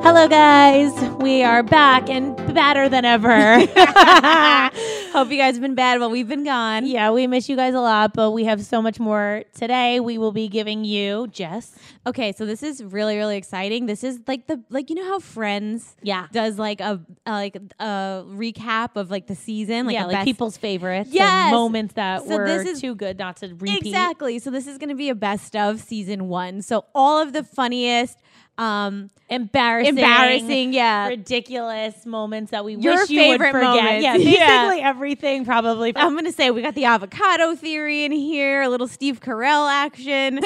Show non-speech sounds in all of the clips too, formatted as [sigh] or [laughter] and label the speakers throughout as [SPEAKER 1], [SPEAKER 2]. [SPEAKER 1] Hello, guys. We are back and badder than
[SPEAKER 2] [laughs]
[SPEAKER 1] ever.
[SPEAKER 2] Hope you guys have been bad while we've been gone.
[SPEAKER 1] yeah, we miss you guys a lot, but we have so much more today. We will be giving you Jess.
[SPEAKER 2] Okay, so this is really really exciting. This is like the like you know how Friends
[SPEAKER 1] Yeah.
[SPEAKER 2] does like a, a like a recap of like the season, like
[SPEAKER 1] yeah,
[SPEAKER 2] a
[SPEAKER 1] like
[SPEAKER 2] best-
[SPEAKER 1] people's favorites.
[SPEAKER 2] Yes.
[SPEAKER 1] And moments that
[SPEAKER 2] So
[SPEAKER 1] were
[SPEAKER 2] this is-
[SPEAKER 1] too good not to repeat.
[SPEAKER 2] Exactly. So this is going to be a best of season 1. So all of the funniest um
[SPEAKER 1] Embarrassing.
[SPEAKER 2] embarrassing, yeah.
[SPEAKER 1] Ridiculous moments that we
[SPEAKER 2] Your
[SPEAKER 1] wish you would
[SPEAKER 2] favorite
[SPEAKER 1] forget.
[SPEAKER 2] moments.
[SPEAKER 1] Yeah,
[SPEAKER 2] Yeah.
[SPEAKER 1] basically everything probably.
[SPEAKER 2] I'm gonna say we got the avocado theory in here, a little Steve Carell [laughs] action.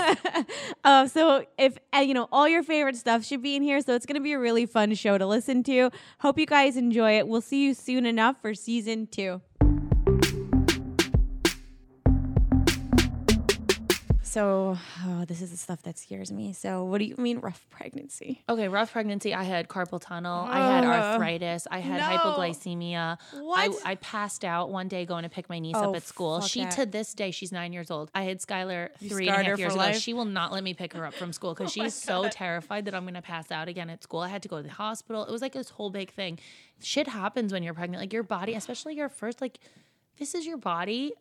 [SPEAKER 2] uh, so if uh, you know all your favorite stuff should be in here, so it's gonna be a really fun show to listen to. Hope you guys enjoy it. We'll see you soon enough for season two. So oh, this is the stuff that scares me. So what do you mean rough pregnancy?
[SPEAKER 1] Okay, rough pregnancy. I had carpal tunnel. I had
[SPEAKER 2] Ugh.
[SPEAKER 1] arthritis. I had
[SPEAKER 2] No.
[SPEAKER 1] hypoglycemia.
[SPEAKER 2] What?
[SPEAKER 1] I, I passed out one day going to pick my niece
[SPEAKER 2] Oh,
[SPEAKER 1] up at school.
[SPEAKER 2] fuck
[SPEAKER 1] She
[SPEAKER 2] that.
[SPEAKER 1] to this day she's nine years old. I had Skylar three and a
[SPEAKER 2] scarred her
[SPEAKER 1] half years
[SPEAKER 2] for
[SPEAKER 1] ago.
[SPEAKER 2] life? Oh
[SPEAKER 1] She will not let me pick her up from
[SPEAKER 2] [laughs]
[SPEAKER 1] school because she's so terrified that I'm going to pass out again at school. I had to go to the hospital. It was like this whole big thing. Shit happens when you're pregnant. Like your body, especially your first, like this is your body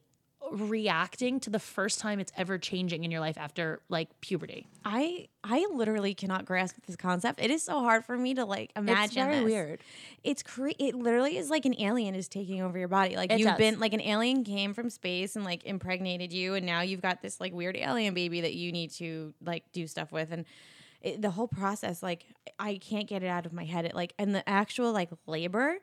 [SPEAKER 1] reacting to the first time it's ever changing in your life after like puberty.
[SPEAKER 2] I I literally cannot grasp this concept. It is so hard for me to like imagine.
[SPEAKER 1] very
[SPEAKER 2] this.
[SPEAKER 1] weird.
[SPEAKER 2] It's cre- it literally is like an alien is taking over your body. Like
[SPEAKER 1] It
[SPEAKER 2] you've
[SPEAKER 1] does.
[SPEAKER 2] been like an alien came from space and like impregnated you, and now you've got this like weird alien baby that you need to like do stuff with, and it, the whole process like I can't get it out of my head. It like and the actual like labor.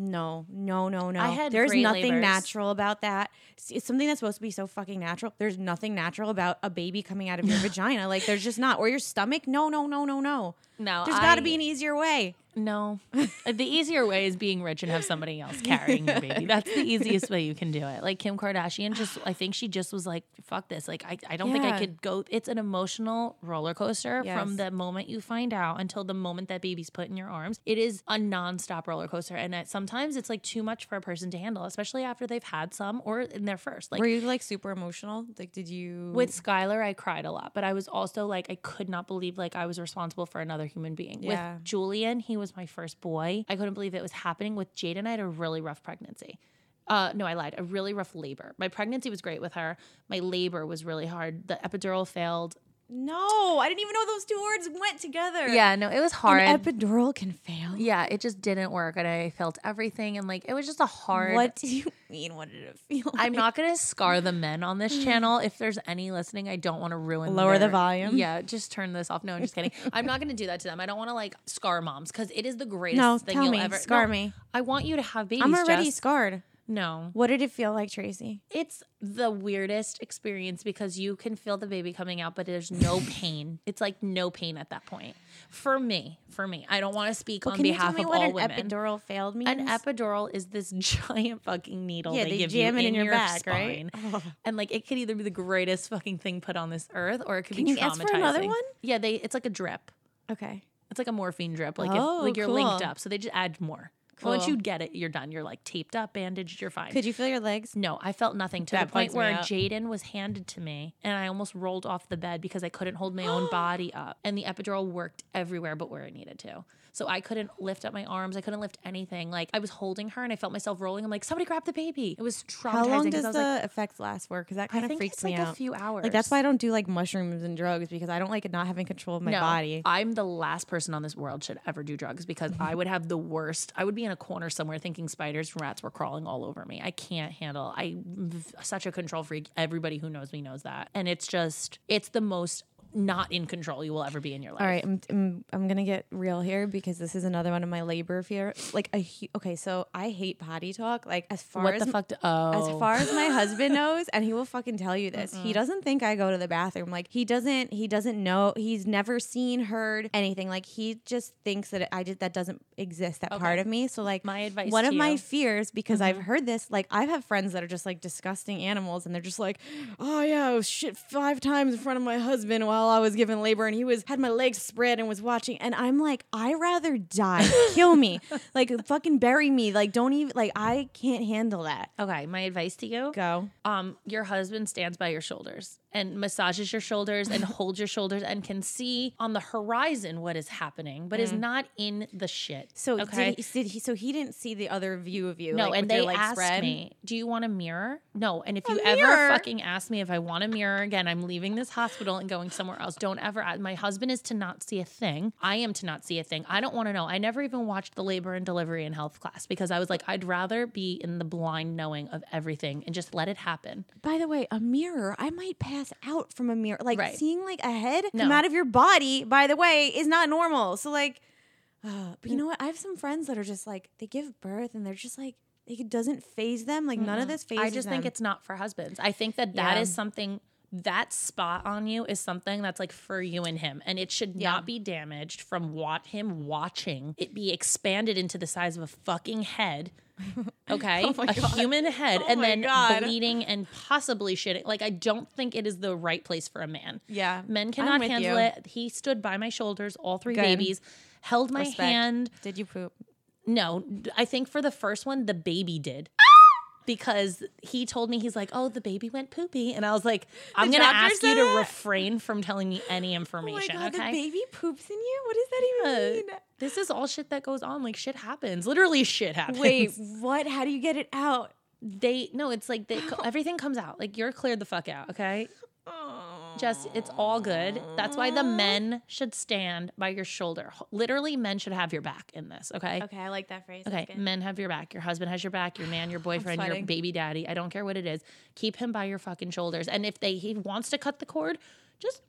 [SPEAKER 2] No, no, no, no.
[SPEAKER 1] I had
[SPEAKER 2] There's
[SPEAKER 1] great
[SPEAKER 2] nothing
[SPEAKER 1] labors.
[SPEAKER 2] natural about that. It's, it's something that's supposed to be so fucking natural. There's nothing natural about a baby
[SPEAKER 1] [laughs]
[SPEAKER 2] coming out of your vagina. Like there's just not. Or your stomach. No, no, no, no, no.
[SPEAKER 1] No,
[SPEAKER 2] There's got to
[SPEAKER 1] I-
[SPEAKER 2] be an easier way.
[SPEAKER 1] No. Uh, the easier way is being rich and have somebody else carrying your
[SPEAKER 2] [laughs]
[SPEAKER 1] baby. That's the easiest way you can do it. Like Kim Kardashian just I think she just was like, fuck this. Like I, I don't think I
[SPEAKER 2] Yeah.
[SPEAKER 1] could go it's an emotional roller coaster from
[SPEAKER 2] Yes.
[SPEAKER 1] the moment you find out until the moment that baby's put in your arms. It is a nonstop roller coaster. And it, sometimes it's like too much for a person to handle, especially after they've had some or in their first. Like
[SPEAKER 2] Were you like super emotional? Like, did you?
[SPEAKER 1] with Skylar, I cried a lot, but I was also like, I could not believe like I was responsible for another human being.
[SPEAKER 2] Yeah.
[SPEAKER 1] With Julian, he was my first boy. I couldn't believe it was happening. With Jaden, I had a really rough pregnancy. Uh, no, I lied. A really rough labor. My pregnancy was great with her. My labor was really hard. The epidural failed.
[SPEAKER 2] no, I didn't even know those two words went together.
[SPEAKER 1] no, it was hard.
[SPEAKER 2] an epidural can fail.
[SPEAKER 1] yeah, it just didn't work, and I felt everything, and like it was just a hard.
[SPEAKER 2] What [laughs] do you mean? What did it feel?
[SPEAKER 1] I'm
[SPEAKER 2] like?
[SPEAKER 1] not gonna
[SPEAKER 2] [laughs]
[SPEAKER 1] scar the men on this channel. If there's any listening, I don't want to ruin.
[SPEAKER 2] Lower the
[SPEAKER 1] their-
[SPEAKER 2] volume?
[SPEAKER 1] Yeah, just turn this off. No, I'm just
[SPEAKER 2] [laughs]
[SPEAKER 1] kidding. I'm not gonna do that to them. I don't want to like scar moms because it is the greatest
[SPEAKER 2] No,
[SPEAKER 1] thing
[SPEAKER 2] tell
[SPEAKER 1] you'll
[SPEAKER 2] me.
[SPEAKER 1] ever
[SPEAKER 2] Scar
[SPEAKER 1] No,
[SPEAKER 2] me.
[SPEAKER 1] I want you to have babies.
[SPEAKER 2] I'm already
[SPEAKER 1] Jess.
[SPEAKER 2] scarred.
[SPEAKER 1] no.
[SPEAKER 2] What did it feel like, Tracy?
[SPEAKER 1] It's the weirdest experience because you can feel the baby coming out, but there's
[SPEAKER 2] [laughs]
[SPEAKER 1] no pain. It's like no pain at that point. For me, for me, I don't want to speak on
[SPEAKER 2] can you tell
[SPEAKER 1] behalf
[SPEAKER 2] me
[SPEAKER 1] of
[SPEAKER 2] what
[SPEAKER 1] all
[SPEAKER 2] an
[SPEAKER 1] women.
[SPEAKER 2] epidural failed means?
[SPEAKER 1] An epidural is this [laughs] giant fucking needle
[SPEAKER 2] Yeah,
[SPEAKER 1] they,
[SPEAKER 2] they
[SPEAKER 1] give
[SPEAKER 2] jam
[SPEAKER 1] you
[SPEAKER 2] it in your back,
[SPEAKER 1] spine.
[SPEAKER 2] right?
[SPEAKER 1] [laughs]
[SPEAKER 2] [laughs]
[SPEAKER 1] and like it could either be the greatest fucking thing put on this earth, or it could be
[SPEAKER 2] you
[SPEAKER 1] traumatizing.
[SPEAKER 2] ask for another one?
[SPEAKER 1] Yeah, they. It's like a drip.
[SPEAKER 2] okay.
[SPEAKER 1] It's like a morphine drip. Like
[SPEAKER 2] Oh,
[SPEAKER 1] if like you're linked
[SPEAKER 2] cool.
[SPEAKER 1] up, so they just add more. Once
[SPEAKER 2] Cool.
[SPEAKER 1] you get it, you're done. You're like taped up, bandaged. You're fine.
[SPEAKER 2] Could you feel your legs?
[SPEAKER 1] No, I felt nothing to
[SPEAKER 2] That
[SPEAKER 1] the point
[SPEAKER 2] bugs me
[SPEAKER 1] where
[SPEAKER 2] out.
[SPEAKER 1] Jaden was handed to me and I almost rolled off the bed because I couldn't hold my
[SPEAKER 2] [gasps]
[SPEAKER 1] own body up. And the epidural worked everywhere but where it needed to. So I couldn't lift up my arms. I couldn't lift anything. Like I was holding her and I felt myself rolling. I'm like, somebody grab the baby. It was traumatizing.
[SPEAKER 2] How long
[SPEAKER 1] 'cause
[SPEAKER 2] does
[SPEAKER 1] I
[SPEAKER 2] the
[SPEAKER 1] was like,
[SPEAKER 2] effects last for? Because that
[SPEAKER 1] I
[SPEAKER 2] kind of
[SPEAKER 1] think
[SPEAKER 2] freaks
[SPEAKER 1] it's
[SPEAKER 2] me
[SPEAKER 1] like
[SPEAKER 2] out.
[SPEAKER 1] a few hours.
[SPEAKER 2] Like that's why I don't do like mushrooms and drugs because I don't like not having control of my
[SPEAKER 1] No,
[SPEAKER 2] body.
[SPEAKER 1] I'm the last person on this world should ever do drugs because I would have the worst. I would be in a corner somewhere thinking spiders and rats were crawling all over me. I can't handle. I'm such a control freak. Everybody who knows me knows that. And it's just it's the most not in control you will ever be in your life.
[SPEAKER 2] All right, I'm, I'm I'm gonna get real here because this is another one of my labor fear. Like a hu- okay, so I hate potty talk. Like as far
[SPEAKER 1] What
[SPEAKER 2] as
[SPEAKER 1] the
[SPEAKER 2] m-
[SPEAKER 1] fuck? Do, oh,
[SPEAKER 2] as far as
[SPEAKER 1] [laughs]
[SPEAKER 2] my husband knows, and he will fucking tell you this. He doesn't think I go to the bathroom. Like he doesn't. He doesn't know. He's never seen, heard anything. Like he just thinks that I did that doesn't exist. That part of me. So like
[SPEAKER 1] My advice
[SPEAKER 2] One
[SPEAKER 1] to
[SPEAKER 2] of my
[SPEAKER 1] you- Mm-hmm.
[SPEAKER 2] fears because I've heard this. Like I have friends that are just like disgusting animals, and they're just like, oh yeah, I was shit five times in front of my husband while I was giving labor, and he was had my legs spread and was watching, and I'm like, I rather die,
[SPEAKER 1] [laughs]
[SPEAKER 2] kill me, like fucking bury me, like don't even like I can't handle that.
[SPEAKER 1] okay, my advice to you.
[SPEAKER 2] Go.
[SPEAKER 1] um, your husband stands by your shoulders and massages your shoulders [laughs] and holds your shoulders and can see on the horizon what is happening, but is not in the shit.
[SPEAKER 2] So
[SPEAKER 1] okay.
[SPEAKER 2] did, he, did he? So he didn't see the other view of you.
[SPEAKER 1] no,
[SPEAKER 2] like,
[SPEAKER 1] and
[SPEAKER 2] with your
[SPEAKER 1] they
[SPEAKER 2] legs
[SPEAKER 1] asked
[SPEAKER 2] spread?
[SPEAKER 1] me, "Do you want a mirror?" No, and if you ever
[SPEAKER 2] mirror?
[SPEAKER 1] fucking ask me if I want a mirror again, I'm leaving this hospital and going somewhere else. Don't ever. Ask. My husband is to not see a thing. I am to not see a thing. I don't want to know. I never even watched the labor and delivery and health class because I was like, I'd rather be in the blind knowing of everything and just let it happen.
[SPEAKER 2] By the way, a mirror. I might pass out from a mirror. Like
[SPEAKER 1] Right.
[SPEAKER 2] seeing like a head
[SPEAKER 1] No.
[SPEAKER 2] come out of your body. By the way, is not normal. So like, [sighs] uh, but you know what? I have some friends that are just like they give birth and they're just like it doesn't phase them. Like none of this phases.
[SPEAKER 1] I just think
[SPEAKER 2] them.
[SPEAKER 1] it's not for husbands. I think that that is
[SPEAKER 2] Yeah.
[SPEAKER 1] something that spot on you is something that's like for you and him, and it should
[SPEAKER 2] Yeah.
[SPEAKER 1] not be damaged from what him watching it be expanded into the size of a fucking
[SPEAKER 2] [laughs]
[SPEAKER 1] head. Okay,
[SPEAKER 2] Oh my
[SPEAKER 1] a
[SPEAKER 2] God.
[SPEAKER 1] human head,
[SPEAKER 2] Oh
[SPEAKER 1] and
[SPEAKER 2] my
[SPEAKER 1] then
[SPEAKER 2] God.
[SPEAKER 1] bleeding and possibly shitting. Like I don't think it is the right place for a man.
[SPEAKER 2] Yeah.
[SPEAKER 1] men
[SPEAKER 2] I'm
[SPEAKER 1] cannot
[SPEAKER 2] with
[SPEAKER 1] handle
[SPEAKER 2] you.
[SPEAKER 1] it. He stood by my shoulders, all three
[SPEAKER 2] Good.
[SPEAKER 1] babies, held my
[SPEAKER 2] Respect.
[SPEAKER 1] hand,
[SPEAKER 2] Did you poop?
[SPEAKER 1] no, d- I think for the first one, the baby did. Because he told me he's like, oh, the baby went poopy, and I was like, I'm gonna
[SPEAKER 2] doctor
[SPEAKER 1] ask you
[SPEAKER 2] said
[SPEAKER 1] to
[SPEAKER 2] that?
[SPEAKER 1] refrain from telling me any
[SPEAKER 2] Oh my
[SPEAKER 1] information.
[SPEAKER 2] god,
[SPEAKER 1] okay,
[SPEAKER 2] the baby poops in you. What does that even mean?
[SPEAKER 1] this is all shit that goes on. Like shit happens. Literally, shit happens.
[SPEAKER 2] Wait, [laughs] what? How do you get it out?
[SPEAKER 1] [laughs] they no, it's like they, everything comes out. Like you're cleared the fuck out. Okay, Just it's all good. That's why the men should stand by your shoulder. H- Literally, men should have your back in this. Okay.
[SPEAKER 2] Okay, I like that phrase.
[SPEAKER 1] Okay, men have your back. Your husband has your back. Your man,
[SPEAKER 2] [sighs]
[SPEAKER 1] your boyfriend, your
[SPEAKER 2] sweating.
[SPEAKER 1] baby daddy. I don't care what it is. Keep him by your fucking shoulders. And if they he wants to cut the cord, just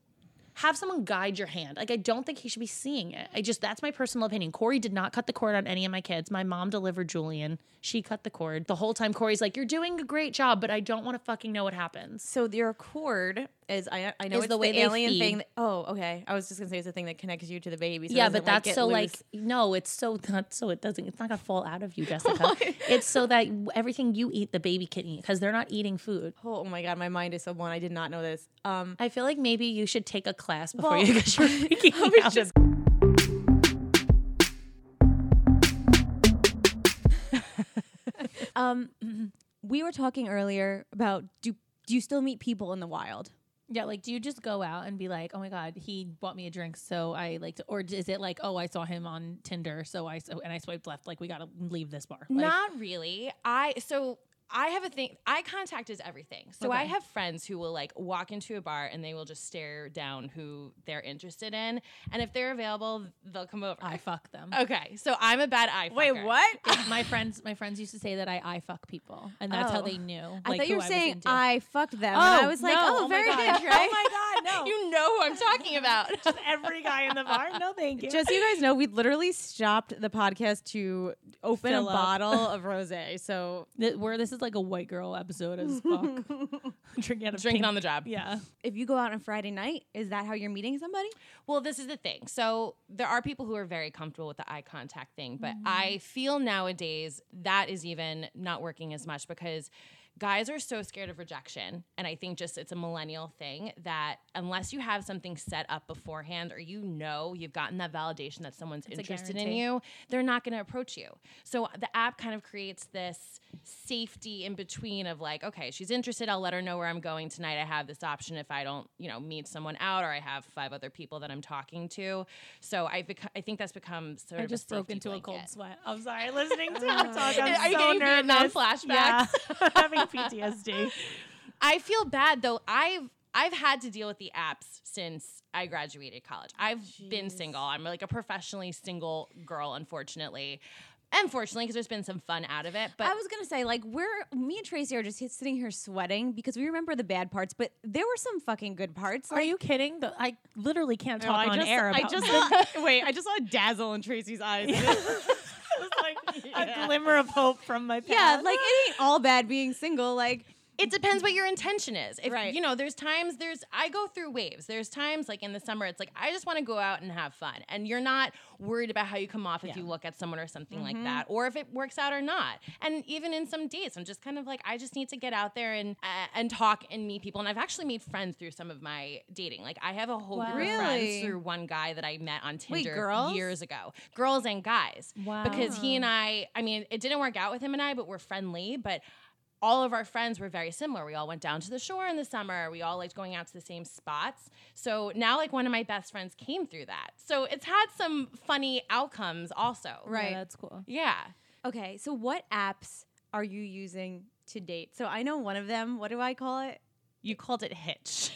[SPEAKER 1] have someone guide your hand. Like I don't think he should be seeing it. I just that's my personal opinion. Corey did not cut the cord on any of my kids. My mom delivered Julian. She cut the cord. The whole time Corey's like, "You're doing a great job, but I don't want to fucking know what happens."
[SPEAKER 2] So your cord is I I know
[SPEAKER 1] Is
[SPEAKER 2] it's
[SPEAKER 1] the
[SPEAKER 2] the,
[SPEAKER 1] way they
[SPEAKER 2] alien
[SPEAKER 1] feed.
[SPEAKER 2] thing. That, oh, okay. I was just gonna say it's the thing that connects you to the baby. So it
[SPEAKER 1] yeah,
[SPEAKER 2] doesn't,
[SPEAKER 1] but that's
[SPEAKER 2] get
[SPEAKER 1] so like
[SPEAKER 2] loose.
[SPEAKER 1] no, it's so not so it doesn't. It's not gonna fall out of
[SPEAKER 2] [laughs]
[SPEAKER 1] you, Jessica. it's so that everything you eat, the baby can eat because they're not eating food.
[SPEAKER 2] oh, oh my god, my mind is so blown. I did not know this. Um,
[SPEAKER 1] I feel like maybe you should take a class before
[SPEAKER 2] Well,
[SPEAKER 1] you because [laughs] you're freaking
[SPEAKER 2] was
[SPEAKER 1] out.
[SPEAKER 2] just- um, [laughs] we were talking earlier about do do you still meet people in the wild?
[SPEAKER 1] yeah, like do you just go out and be like, oh my god, he bought me a drink, so I like, to, or is it like, oh, I saw him on Tinder, so I so and I swiped left, like we gotta leave this bar. Like,
[SPEAKER 3] Not really. I so I have a thing. Eye contact is everything. So I
[SPEAKER 1] Okay.
[SPEAKER 3] have friends who will like walk into a bar and they will just stare down who they're interested in, and if they're available, they'll come over.
[SPEAKER 1] I fuck [laughs] them.
[SPEAKER 3] okay, so I'm a bad eye. fucker. [laughs]
[SPEAKER 1] my friends, my friends used to say that I I fuck people, and that's how
[SPEAKER 2] Oh.
[SPEAKER 1] they knew.
[SPEAKER 2] I
[SPEAKER 1] like,
[SPEAKER 2] thought you
[SPEAKER 1] who
[SPEAKER 2] were
[SPEAKER 1] was
[SPEAKER 2] saying
[SPEAKER 1] into.
[SPEAKER 2] I fucked them.
[SPEAKER 1] Oh,
[SPEAKER 2] and I was like,
[SPEAKER 1] no.
[SPEAKER 2] [laughs] oh,
[SPEAKER 1] Oh my
[SPEAKER 2] very
[SPEAKER 1] God.
[SPEAKER 2] good, right?
[SPEAKER 3] my god, no! you know who I'm
[SPEAKER 1] [laughs]
[SPEAKER 3] talking about.
[SPEAKER 1] every guy in the bar. No, thank you.
[SPEAKER 2] Just so you guys know, we literally stopped the podcast to open
[SPEAKER 1] Fill
[SPEAKER 2] a
[SPEAKER 1] up.
[SPEAKER 2] bottle [laughs] of rosé. So
[SPEAKER 1] Th- where this is like a white girl episode as [laughs] fuck. drinking out of
[SPEAKER 3] Drinking
[SPEAKER 1] pink-
[SPEAKER 3] on the
[SPEAKER 1] [laughs]
[SPEAKER 3] job.
[SPEAKER 1] Yeah.
[SPEAKER 2] if you go out on Friday night, is that how you're meeting somebody?
[SPEAKER 3] Well, this is the thing. So there are people who are very comfortable with the eye contact thing, but
[SPEAKER 1] Mm-hmm.
[SPEAKER 3] I feel nowadays that is even not working as much because guys are so scared of rejection. And I think just it's a millennial thing that unless you have something set up beforehand or you know you've gotten that validation that someone's
[SPEAKER 1] a
[SPEAKER 3] interested in
[SPEAKER 1] guarantee.
[SPEAKER 3] you, they're not going to approach you. So the app kind of creates this safety in between of like, okay, she's interested. I'll let her know where I'm going tonight. I have this option if I don't, you know, meet someone out or I have five other people that I'm talking to. So I bec- I think that's become sort
[SPEAKER 1] I
[SPEAKER 3] of
[SPEAKER 1] just
[SPEAKER 3] a safety
[SPEAKER 1] broke into a cold
[SPEAKER 3] blanket.
[SPEAKER 1] sweat. I'm sorry. Listening to her talk, I'm
[SPEAKER 3] Are you
[SPEAKER 1] so
[SPEAKER 3] getting
[SPEAKER 1] nervous.
[SPEAKER 3] Vietnam flashbacks?
[SPEAKER 1] Yeah, having
[SPEAKER 2] [laughs]
[SPEAKER 1] PTSD.
[SPEAKER 3] I feel bad though. I've I've had to deal with the apps since I graduated college. I've been single. I'm like a professionally single girl, unfortunately. Unfortunately, because there's been some fun out of it, but
[SPEAKER 2] I was gonna say, like, we're me and Tracy are just hit- sitting here sweating because we remember the bad parts, but there were some fucking good parts.
[SPEAKER 1] Are you kidding? The, I literally can't
[SPEAKER 4] No,
[SPEAKER 1] talk on
[SPEAKER 4] just,
[SPEAKER 1] air about
[SPEAKER 4] I
[SPEAKER 1] [laughs]
[SPEAKER 4] just
[SPEAKER 1] that.
[SPEAKER 2] [laughs]
[SPEAKER 4] saw- wait. I just saw a dazzle in Tracy's eyes.
[SPEAKER 2] [laughs]
[SPEAKER 1] a glimmer of hope from my past.
[SPEAKER 2] yeah, like it ain't all bad being single. Like,
[SPEAKER 3] it depends what your intention is. If
[SPEAKER 4] Right.
[SPEAKER 3] you know, there's times there's I go through waves. There's times like in the summer, it's like I just want to go out and have fun, and you're not worried about how you come off if you look at someone or something
[SPEAKER 2] Mm-hmm.
[SPEAKER 3] like that, or if it works out or not. And even in some dates, I'm just kind of like I just need to get out there and uh, and talk and meet people. And I've actually made friends through some of my dating. Like I have a whole group of
[SPEAKER 2] Really?
[SPEAKER 3] friends through one guy that I met on
[SPEAKER 2] Wait,
[SPEAKER 3] Tinder
[SPEAKER 2] girls?
[SPEAKER 3] years ago, girls and guys.
[SPEAKER 1] Wow.
[SPEAKER 3] Because he and I, I mean, it didn't work out with him and I, but we're friendly. But all of our friends were very similar. We all went down to the shore in the summer. We all liked going out to the same spots. So now, like, one of my best friends came through that. So it's had some funny outcomes also.
[SPEAKER 2] right?
[SPEAKER 1] that's cool.
[SPEAKER 3] Yeah.
[SPEAKER 2] okay, so what apps are you using to date? So I know one of them. What do I call it?
[SPEAKER 3] You called it Hitch.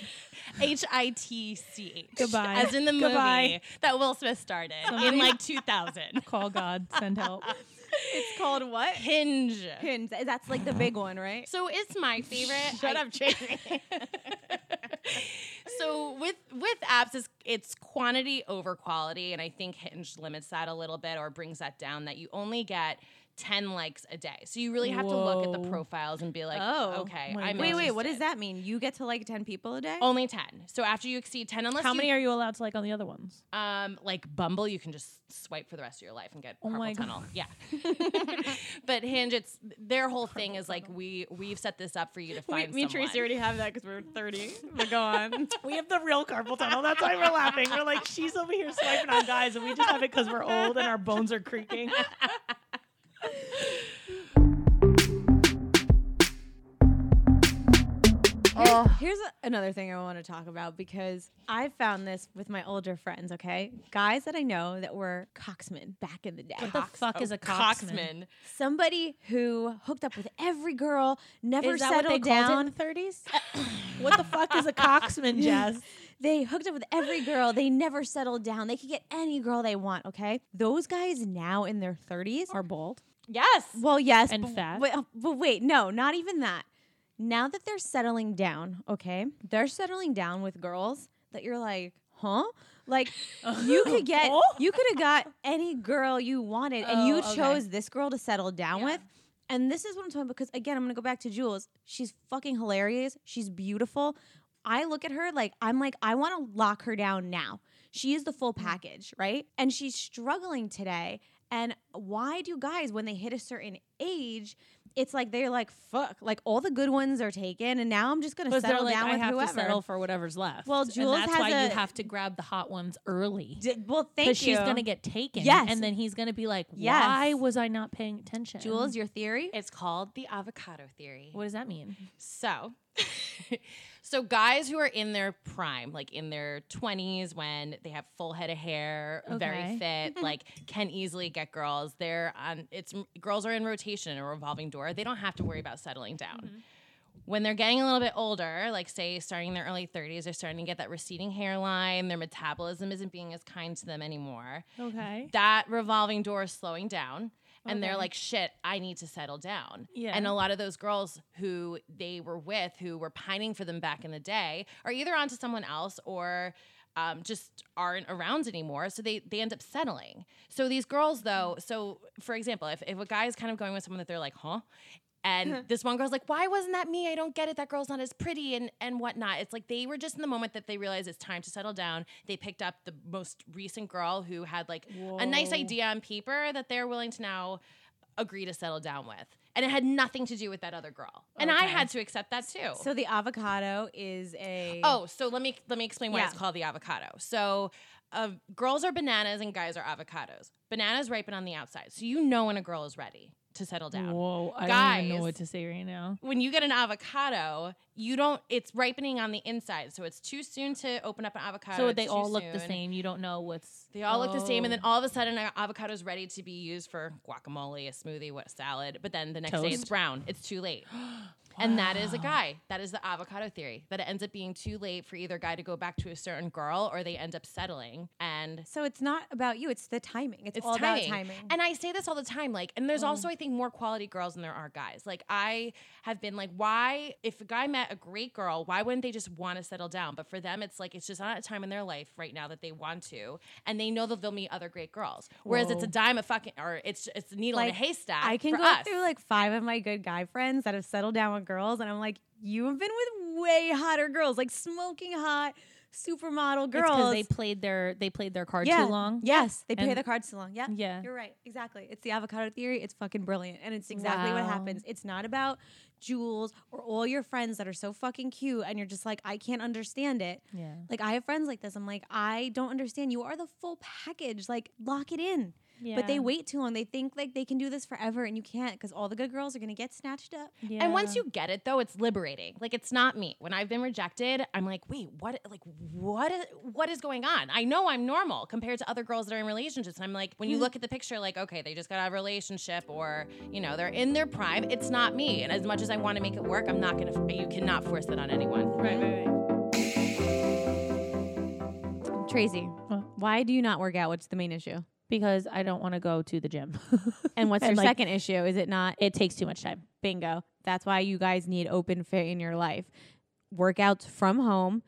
[SPEAKER 3] H I T C H.
[SPEAKER 1] Goodbye.
[SPEAKER 3] As in the movie
[SPEAKER 1] Goodbye.
[SPEAKER 3] that Will Smith started in like 2000.
[SPEAKER 1] Call God, send [laughs] help.
[SPEAKER 2] It's called what?
[SPEAKER 3] Hinge.
[SPEAKER 2] Hinge. That's like the big one, right?
[SPEAKER 3] So it's my favorite.
[SPEAKER 4] Shut
[SPEAKER 3] I-
[SPEAKER 4] up, Tracy.
[SPEAKER 3] [laughs] so with with apps it's, it's quantity over quality and i think hinge limits that a little bit or brings that down that you only get 10 likes a day so you really have to look at
[SPEAKER 1] Whoa.
[SPEAKER 3] the profiles and be like
[SPEAKER 2] Oh.
[SPEAKER 3] okay
[SPEAKER 1] My
[SPEAKER 3] I'm
[SPEAKER 2] Wait, wait. What
[SPEAKER 3] interested.
[SPEAKER 2] does that mean? You get to like ten people a day?
[SPEAKER 4] Oh,
[SPEAKER 3] only 10 so after you exceed 10 unless
[SPEAKER 1] How
[SPEAKER 3] you,
[SPEAKER 1] many are you allowed to like on the other ones?
[SPEAKER 3] um, like Bumble, you can just swipe for the rest of your life and get
[SPEAKER 1] Oh
[SPEAKER 3] carpal
[SPEAKER 1] my God.
[SPEAKER 3] tunnel. Yeah, [laughs] but Hinge, it's their whole thing is like we we've set this up for you to
[SPEAKER 4] we,
[SPEAKER 3] find.
[SPEAKER 4] me and Tracy
[SPEAKER 3] someone.
[SPEAKER 4] already have that because we're thirty.
[SPEAKER 1] [laughs]
[SPEAKER 4] But go on.
[SPEAKER 1] We have the real carpal tunnel. That's why we're laughing. We're like, she's over here swiping on guys, and we just have it because we're old and our bones are creaking.
[SPEAKER 2] [laughs] Here's a- another thing I want to talk about because I found this with my older friends, okay? Guys that I know that were cocksmen back in the day.
[SPEAKER 1] What the fuck is a coxman?
[SPEAKER 3] Coxman.
[SPEAKER 2] [laughs] Somebody who hooked up with every girl, never
[SPEAKER 1] Is that what they
[SPEAKER 2] settled
[SPEAKER 1] called it in
[SPEAKER 2] down.
[SPEAKER 1] the thirties? [coughs] what the fuck is a [laughs] coxman, Jess?
[SPEAKER 2] They hooked up with every girl, they never settled down. They could get any girl they want, okay? Those guys now in their 30s are
[SPEAKER 1] bald.
[SPEAKER 3] Yes.
[SPEAKER 2] Well, yes,
[SPEAKER 1] And
[SPEAKER 2] but,
[SPEAKER 1] fat.
[SPEAKER 2] But, but wait, no, not even that. Now that they're settling down, okay, they're settling down with girls that you're like, huh? Like you
[SPEAKER 1] [laughs]
[SPEAKER 2] could get,
[SPEAKER 1] Oh.
[SPEAKER 2] you could have got any girl you wanted, and you
[SPEAKER 1] Oh, okay.
[SPEAKER 2] chose this girl to settle down
[SPEAKER 3] Yeah.
[SPEAKER 2] with. And this is what I'm talking about because again, I'm gonna go back to Jules. She's fucking hilarious. She's beautiful. I look at her like I'm like I want to lock her down now. She is the full
[SPEAKER 1] Mm.
[SPEAKER 2] package, right? And she's struggling today. And why do guys when they hit a certain age, it's like they're like fuck, like all the good ones are taken, and now I'm just gonna
[SPEAKER 1] Because they're
[SPEAKER 2] settle
[SPEAKER 1] like,
[SPEAKER 2] down
[SPEAKER 1] I
[SPEAKER 2] with
[SPEAKER 1] have
[SPEAKER 2] whoever.
[SPEAKER 1] to settle for whatever's left.
[SPEAKER 2] Well,
[SPEAKER 1] And
[SPEAKER 2] Jules
[SPEAKER 1] that's
[SPEAKER 2] has
[SPEAKER 1] why you
[SPEAKER 2] a-
[SPEAKER 1] have to grab the hot ones early.
[SPEAKER 2] D- well, thank you.
[SPEAKER 1] Because she's gonna get taken.
[SPEAKER 2] Yes.
[SPEAKER 1] And then he's gonna be like,
[SPEAKER 2] Yes.
[SPEAKER 1] Why was I not paying attention?
[SPEAKER 2] Jules. Your theory?
[SPEAKER 3] It's called the avocado theory.
[SPEAKER 1] What does that mean?
[SPEAKER 3] So, [laughs] so guys who are in their prime, like in their 20s when they have full head of hair, very fit, like can easily get girls. They're on it's girls are in rotation, a revolving door. They don't have to worry about settling down. When they're getting a little bit older, like say starting in their early 30s, they're starting to get that receding hairline, their metabolism isn't being as kind to them anymore
[SPEAKER 1] Okay.
[SPEAKER 3] that revolving door is slowing down and they're
[SPEAKER 1] Okay.
[SPEAKER 3] like shit i need to settle down
[SPEAKER 1] Yeah.
[SPEAKER 3] and a lot of those girls who they were with who were pining for them back in the day are either onto someone else or um, just aren't around anymore so they they end up settling so these girls though so for example if, if a guy is kind of going with someone that they're like huh and this one girl's like, why wasn't that me? I don't get it. That girl's not as pretty and, and whatnot. It's like they were just in the moment that they realized it's time to settle down. They picked up the most recent girl who had like a nice
[SPEAKER 1] Whoa.
[SPEAKER 3] idea on paper that they're willing to now agree to settle down with. And it had nothing to do with that other girl. And I
[SPEAKER 1] Okay.
[SPEAKER 3] had to accept that too.
[SPEAKER 2] So the avocado is a
[SPEAKER 3] Oh, so let me let me explain why it's
[SPEAKER 2] Yeah.
[SPEAKER 3] called the avocado. So, uh, girls are bananas and guys are avocados. Bananas ripen on the outside, so you know when a girl is ready to settle down.
[SPEAKER 1] Whoa, I don't even
[SPEAKER 3] Guys.
[SPEAKER 1] know what to say right now.
[SPEAKER 3] When you get an avocado, you don't. It's ripening on the inside, so it's too soon to open up an avocado.
[SPEAKER 1] So
[SPEAKER 3] it's
[SPEAKER 1] they
[SPEAKER 3] too
[SPEAKER 1] all look the
[SPEAKER 3] soon.
[SPEAKER 1] same. You don't know what's
[SPEAKER 3] They all look the same, and then
[SPEAKER 1] Oh.
[SPEAKER 3] all of a sudden, an avocado is ready to be used for guacamole, a smoothie, what salad. But then the next day, it's
[SPEAKER 1] Toast. [gasps]
[SPEAKER 3] brown. It's too late. And that is a guy. That is the avocado theory. That it ends up being too late for either guy to go back to a certain girl or they end up settling. And
[SPEAKER 2] So it's not about you. It's the timing. It's,
[SPEAKER 3] it's
[SPEAKER 2] all
[SPEAKER 3] timing.
[SPEAKER 2] about timing. Mm.
[SPEAKER 3] And I say this all the time. Like, and there's also, I think, more quality girls than there are guys. Like, I have been like, why, if a guy met a great girl, why wouldn't they just want to settle down? But for them, it's like, it's just not a time in their life right now that they want to. And they know that they'll meet other great girls. Whereas it's a dime a fucking, or it's it's a needle in a haystack.
[SPEAKER 2] I can
[SPEAKER 3] for
[SPEAKER 2] go
[SPEAKER 3] us.
[SPEAKER 2] through like five of my good guy friends that have settled down with girls, and I'm like, you have been with way hotter girls, like smoking hot supermodel
[SPEAKER 1] It's 'cause
[SPEAKER 2] girls.
[SPEAKER 1] they played their they played their card
[SPEAKER 2] yeah.
[SPEAKER 1] too long.
[SPEAKER 2] Yes, they play
[SPEAKER 1] And-
[SPEAKER 2] the cards too long. Yeah.
[SPEAKER 1] Yeah.
[SPEAKER 2] You're right. Exactly. It's the avocado theory. It's fucking brilliant. And it's exactly what
[SPEAKER 1] Wow.
[SPEAKER 2] happens. It's not about Jules or all your friends that are so fucking cute and you're just like, I can't understand it.
[SPEAKER 1] Yeah.
[SPEAKER 2] Like, I have friends like this. I'm like, I don't understand. You are the full package. Like, lock it in. But they
[SPEAKER 1] Yeah.
[SPEAKER 2] wait too long. They think like they can do this forever and you can't because all the good girls are going to get snatched up.
[SPEAKER 1] Yeah.
[SPEAKER 3] And once you get it though, it's liberating. Like it's not me. When I've been rejected, I'm like, wait, what like what is what is going on? I know I'm normal compared to other girls that are in relationships. And I'm like, when you
[SPEAKER 1] Mm-hmm.
[SPEAKER 3] look at the picture, like, okay, they just got out of a relationship or, you know, they're in their prime. It's not me. And as much as I want to make it work, I'm not gonna you cannot force that on anyone. [laughs]
[SPEAKER 1] right, right, right.
[SPEAKER 2] Tracy, why do you not work out? What's the main issue?
[SPEAKER 1] Because I don't want to go to the gym. [laughs]
[SPEAKER 2] And what's
[SPEAKER 1] And,
[SPEAKER 2] your
[SPEAKER 1] like-
[SPEAKER 2] second issue? Is it not
[SPEAKER 1] it takes too much time.
[SPEAKER 2] Bingo. That's why you guys need open fit in your life. Workouts from home,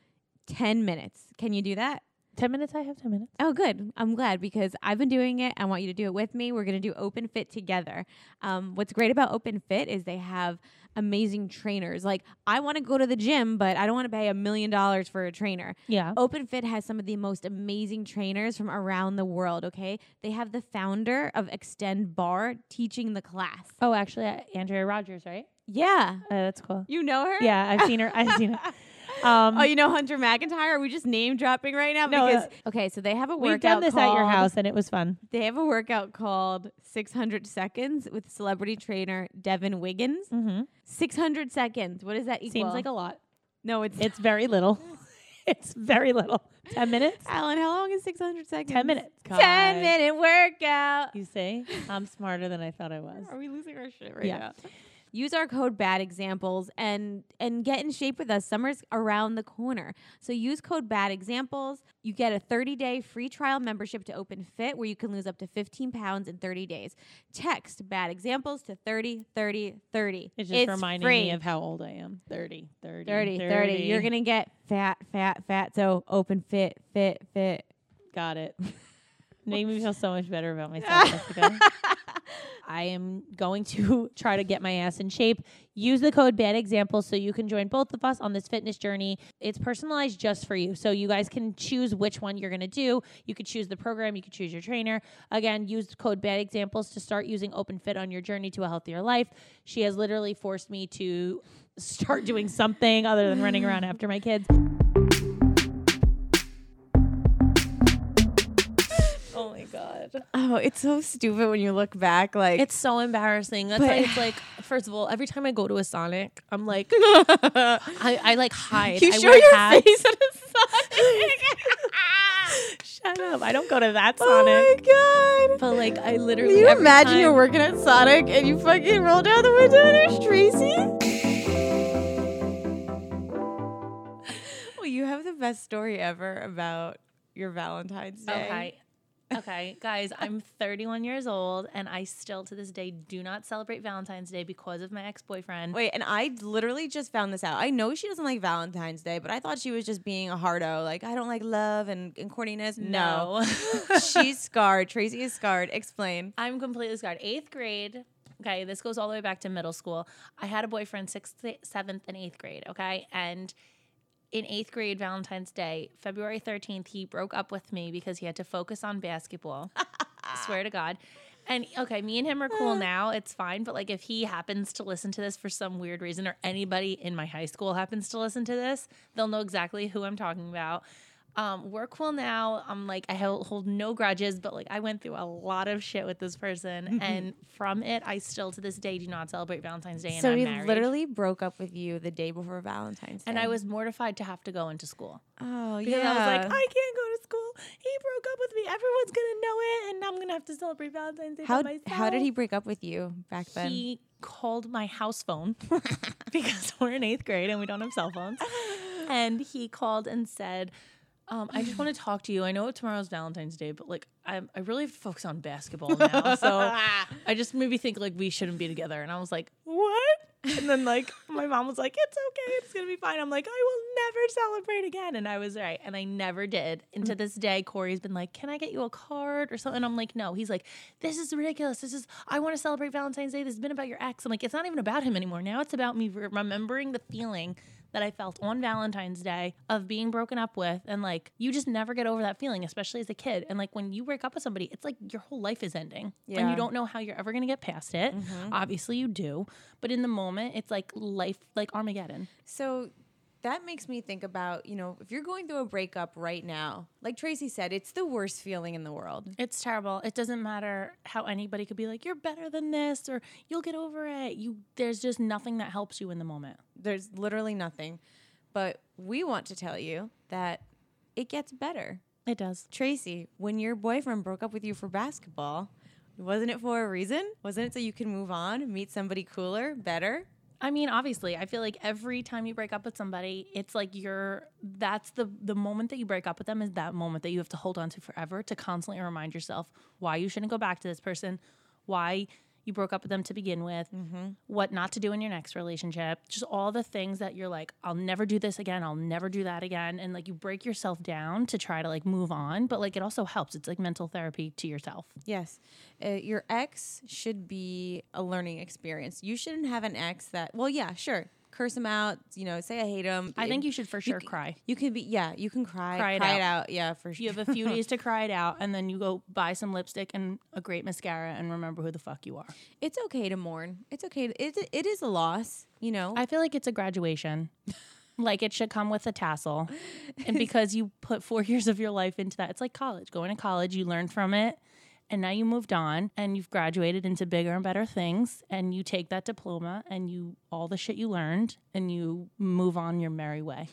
[SPEAKER 2] 10 minutes. Can you do that?
[SPEAKER 1] Ten minutes. I have ten minutes.
[SPEAKER 2] Oh, good. I'm glad because I've been doing it. I want you to do it with me. We're going to do Open Fit together. Um, what's great about Open Fit is they have amazing trainers. Like, I want to go to the gym, but I don't want to pay a million dollars for a trainer.
[SPEAKER 1] Yeah.
[SPEAKER 2] Open Fit has some of the most amazing trainers from around the world, okay? They have the founder of Extend Bar teaching the class.
[SPEAKER 1] Oh, actually, uh, Andrea Rogers, right?
[SPEAKER 2] Yeah.
[SPEAKER 1] Uh, that's cool.
[SPEAKER 2] You know her?
[SPEAKER 1] Yeah, I've seen her. I've seen her. Um,
[SPEAKER 2] Oh, you know Hunter McIntyre? Are we just name dropping right now?
[SPEAKER 1] No,
[SPEAKER 2] because
[SPEAKER 1] uh,
[SPEAKER 2] okay, so they have a workout.
[SPEAKER 1] we've done this at your
[SPEAKER 2] called-
[SPEAKER 1] house, and it was fun.
[SPEAKER 2] They have a workout called 600 Seconds with celebrity trainer Devin Wiggins.
[SPEAKER 1] Mm-hmm.
[SPEAKER 2] 600 seconds. What does that equal?
[SPEAKER 1] Seems like a lot.
[SPEAKER 2] no. It's,
[SPEAKER 1] It's very little. [laughs] it's very little. Ten minutes.
[SPEAKER 2] Alan. How long is 600
[SPEAKER 1] [laughs]
[SPEAKER 2] seconds?
[SPEAKER 1] minutes. God.
[SPEAKER 2] Ten minute workout.
[SPEAKER 1] You see, I'm smarter than I thought I was.
[SPEAKER 2] Are we losing our shit right
[SPEAKER 1] Yeah.
[SPEAKER 2] now? Use our code bad examples and and get in shape with us. Summer's around the corner. So use code bad examples. You get a 30-day free trial membership to Open Fit where you can lose up to 15 pounds in 30 days. Text bad examples to 30 30 30.
[SPEAKER 1] It's just reminding
[SPEAKER 2] free.
[SPEAKER 1] me of how old I am. 30, 30,
[SPEAKER 2] 30 30. You're going to get fat fat fat. So Open Fit fit fit.
[SPEAKER 1] Got it. [laughs] Made me feel so much better about myself. Jessica. I am going to [laughs] try to get my ass in shape. Use the code bad examples so you can join both of us on this fitness journey. It's personalized just for you. So you guys can choose which one you're going to do. You could choose the program, you could choose your trainer. Again, use the code bad examples to start using Open Fit on your journey to a healthier life. She has literally forced me to [laughs] start doing something other than running around after my kids. Oh my god.
[SPEAKER 2] Oh, it's so stupid when you look back like
[SPEAKER 1] It's so embarrassing. That's why
[SPEAKER 2] But-
[SPEAKER 1] it's like, first of all, every time I go to a Sonic, I'm
[SPEAKER 2] [laughs]
[SPEAKER 1] like, I, I like hide. I wear hats.
[SPEAKER 2] at a [laughs]
[SPEAKER 1] Shut up! I don't go to that Sonic.
[SPEAKER 2] Oh my
[SPEAKER 1] [laughs]
[SPEAKER 2] god.
[SPEAKER 1] but like, I literally.
[SPEAKER 2] Can you
[SPEAKER 1] every
[SPEAKER 2] imagine
[SPEAKER 1] time-
[SPEAKER 2] you're working at Sonic and you fucking roll down the window and there's [laughs] Tracy? well, you have the best story ever about your Valentine's
[SPEAKER 1] Okay. Okay, guys, I'm 31 years old and I still to this day do not celebrate Valentine's Day because of my ex-boyfriend.
[SPEAKER 2] Wait, and I literally just found this out. I know she doesn't like Valentine's Day, but I thought she was just being a hardo. Like, I don't like love and, and corniness. No.
[SPEAKER 1] [laughs]
[SPEAKER 2] She's scarred. Tracy is scarred. Explain.
[SPEAKER 1] I'm completely scarred. Eighth grade. Okay, this goes all the way back to middle school. I had a boyfriend sixth, seventh, and eighth grade. Okay, and in eighth grade, Valentine's Day, February thirteenth, he broke up with me because he had to focus on basketball. swear to God. And okay, me and him are cool now. It's fine. But like, if he happens to listen to this for some weird reason, or anybody in my high school happens to listen to this, they'll know exactly who I'm talking about. Um, we're cool now. I'm like, I hel- hold no grudges, but like, I went through a lot of shit with this
[SPEAKER 2] Mm-hmm.
[SPEAKER 1] person, and from it, I still to this day do not celebrate Valentine's Day. And
[SPEAKER 2] so
[SPEAKER 1] I'm
[SPEAKER 2] he
[SPEAKER 1] married.
[SPEAKER 2] literally broke up with you the day before Valentine's Day.
[SPEAKER 1] and I was mortified to have to go into school.
[SPEAKER 2] oh
[SPEAKER 1] Because
[SPEAKER 2] yeah,
[SPEAKER 1] I was like, I can't go to school. He broke up with me. Everyone's gonna know it, and I'm gonna have to celebrate Valentine's Day by
[SPEAKER 2] how
[SPEAKER 1] myself.
[SPEAKER 2] how did he break up with you back then?
[SPEAKER 1] He called my house phone [laughs] because we're in eighth grade and we don't have cell phones. And he called and said, um, I just want to talk to you. I know tomorrow's Valentine's Day, but like I, I really have to focus on basketball now. So I just made me think like we shouldn't be together. And I was like, what? And then like my mom was like, it's okay, it's gonna be fine. I'm like, I will never celebrate again. And I was right, and I never did. And to this day, Corey's been like, can I get you a card or something? And I'm like, no. He's like, this is ridiculous. This is I want to celebrate Valentine's Day. This has been about your ex. I'm like, it's not even about him anymore. Now it's about me re- remembering the feeling that I felt on Valentine's Day of being broken up with. And like, you just never get over that feeling, especially as a kid. And like, when you break up with somebody, it's like your whole life is ending. And you
[SPEAKER 2] Yeah.
[SPEAKER 1] don't know how you're ever going to get past it. Obviously, you do. But in the moment, it's like life, like Armageddon.
[SPEAKER 2] So that makes me think about, you know, if you're going through a breakup right now, like Tracy said, it's the worst feeling in the world.
[SPEAKER 1] It's terrible. It doesn't matter how anybody could be like, you're better than this or you'll get over it. You, there's just nothing that helps you in the moment.
[SPEAKER 2] There's literally nothing. But we want to tell you that it gets better.
[SPEAKER 1] It does.
[SPEAKER 2] Tracy, when your boyfriend broke up with you for basketball, wasn't it for a reason? Wasn't it so you can move on, meet somebody cooler, better?
[SPEAKER 1] I mean, obviously, I feel like every time you break up with somebody, it's like you're that's the the moment that you break up with them is that moment that you have to hold on to forever to constantly remind yourself why you shouldn't go back to this person, why you broke up with them to begin with, what not to do in your next relationship, just all the things that you're like, I'll never do this again, I'll never do that again, and like you break yourself down to try to like move on, but like it also helps. It's like mental therapy to yourself.
[SPEAKER 2] Yes. Uh, your ex should be a learning experience. You shouldn't have an ex that, well, yeah, sure. Curse him out, you know, say I hate him.
[SPEAKER 1] I think you should for sure cry.
[SPEAKER 2] You can be, yeah, you can cry,
[SPEAKER 1] Cry
[SPEAKER 2] cry
[SPEAKER 1] it
[SPEAKER 2] it, out. Yeah, for sure.
[SPEAKER 1] You have a few days to cry it out, and then you go buy some lipstick and a great mascara and remember who the fuck you are.
[SPEAKER 2] it's okay to mourn. It's okay. To, it, it is a loss, you know.
[SPEAKER 1] I feel like it's a graduation. like it should come with a tassel. [laughs] And because you put four [laughs] years of your life into that, it's like college. Going to college, you learn from it. And now you moved on and you've graduated into bigger and better things. And you take that diploma and you, all the shit you learned, and you move on your merry way.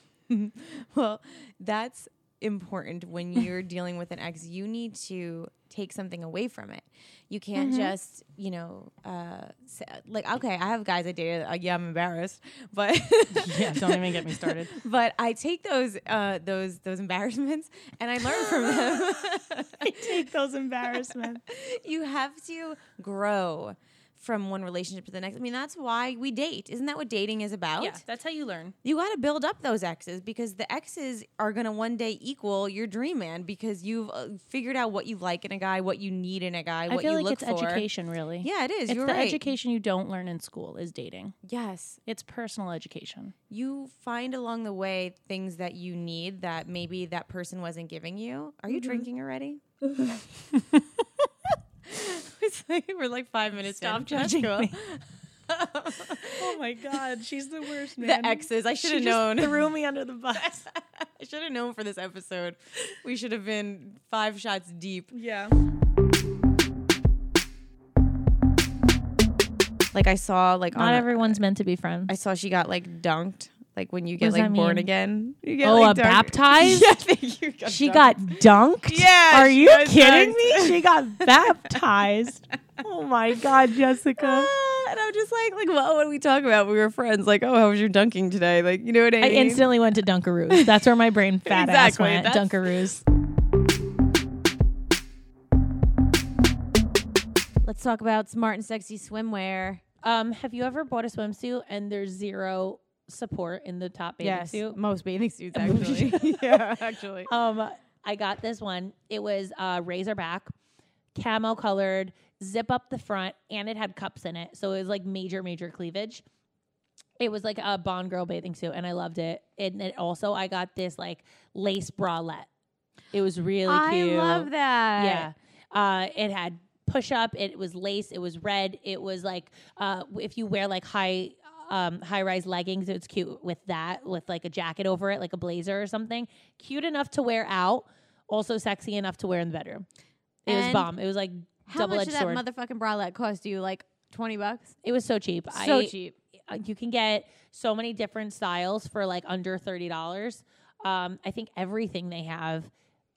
[SPEAKER 2] well, that's important when you're dealing with an ex. You need to take something away from it. You can't just, you know, uh, say, like, okay, I have guys I dated. Uh, yeah, I'm embarrassed, but
[SPEAKER 1] [laughs]
[SPEAKER 2] [laughs]
[SPEAKER 1] Yeah, don't even get me started.
[SPEAKER 2] but I take those uh, those those embarrassments and I learn from them. [laughs]
[SPEAKER 1] I [laughs] take those embarrassments.
[SPEAKER 2] you have to grow from one relationship to the next. I mean, that's why we date. Isn't that what dating is about?
[SPEAKER 1] Yeah, that's how you learn.
[SPEAKER 2] You got to build up those exes because the exes are going to one day equal your dream man because you've uh, figured out what you like in a guy, what you need in a guy,
[SPEAKER 1] I
[SPEAKER 2] what
[SPEAKER 1] feel like
[SPEAKER 2] you look
[SPEAKER 1] it's
[SPEAKER 2] for.
[SPEAKER 1] education, really.
[SPEAKER 2] Yeah, it is.
[SPEAKER 1] It's
[SPEAKER 2] You're
[SPEAKER 1] the
[SPEAKER 2] right.
[SPEAKER 1] education you don't learn in school is dating.
[SPEAKER 2] yes.
[SPEAKER 1] It's personal education.
[SPEAKER 2] You find along the way things that you need that maybe that person wasn't giving you. Are you
[SPEAKER 1] Mm-hmm. [laughs]
[SPEAKER 2] drinking already? [laughs] It's like- We're like five minutes in. [laughs]
[SPEAKER 1] Oh my god, she's [laughs] the worst
[SPEAKER 2] The exes. I should have known. [laughs]
[SPEAKER 1] threw me under the bus.
[SPEAKER 2] I should have known for this episode. We should have been five shots deep.
[SPEAKER 1] Yeah.
[SPEAKER 2] Like I saw like
[SPEAKER 1] Not
[SPEAKER 2] on
[SPEAKER 1] everyone's meant to be friends.
[SPEAKER 2] I saw she got like dunked. Like when you get
[SPEAKER 1] does that
[SPEAKER 2] like born
[SPEAKER 1] mean?
[SPEAKER 2] again. You get,
[SPEAKER 1] oh,
[SPEAKER 2] like,
[SPEAKER 1] a
[SPEAKER 2] dunked.
[SPEAKER 1] baptized? [laughs]
[SPEAKER 2] [laughs] Yeah, I think you got
[SPEAKER 1] She
[SPEAKER 2] dunked.
[SPEAKER 1] got dunked?
[SPEAKER 2] Yeah,
[SPEAKER 1] Are
[SPEAKER 2] she
[SPEAKER 1] you
[SPEAKER 2] got
[SPEAKER 1] kidding
[SPEAKER 2] dunked. [laughs]
[SPEAKER 1] me? She [laughs] got baptized. oh my god, Jessica.
[SPEAKER 2] Ah, and I'm just like, like, well, what do we talk about? We were friends. Like, oh, how was your dunking today? Like, you know what I mean?
[SPEAKER 1] I instantly went to Dunkaroos. That's where my brain fat ass
[SPEAKER 2] Exactly,
[SPEAKER 1] went.
[SPEAKER 2] that's-
[SPEAKER 1] Dunkaroos.
[SPEAKER 5] Let's talk about smart and sexy swimwear.
[SPEAKER 1] Um, have you ever bought a swimsuit and there's zero support in the top bathing
[SPEAKER 2] yes,
[SPEAKER 1] suit?
[SPEAKER 2] most bathing [laughs] suits actually. yeah, [laughs] actually.
[SPEAKER 1] Um, I got this one. It was uh, Razorback, camo colored, zip up the front, and it had cups in it. So it was like major, major cleavage. It was like a Bond girl bathing suit, and I loved it. And then also, I got this like lace bralette. It was really cute.
[SPEAKER 5] I love that.
[SPEAKER 1] Yeah. Uh, it had push up. It was lace. It was red. It was like uh, w- if you wear like high um, high rise leggings, it's cute with that, with like a jacket over it, like a blazer or something. Cute enough to wear out. Also sexy enough to wear in the bedroom. It was
[SPEAKER 5] And
[SPEAKER 1] bomb. It was like
[SPEAKER 5] How
[SPEAKER 1] double
[SPEAKER 5] much
[SPEAKER 1] edged
[SPEAKER 5] did that
[SPEAKER 1] sword.
[SPEAKER 5] motherfucking bralette cost you? Like twenty bucks?
[SPEAKER 1] it was so cheap.
[SPEAKER 5] so
[SPEAKER 1] I-
[SPEAKER 5] cheap.
[SPEAKER 1] uh, you can get so many different styles for like under thirty dollars. Um, I think everything they have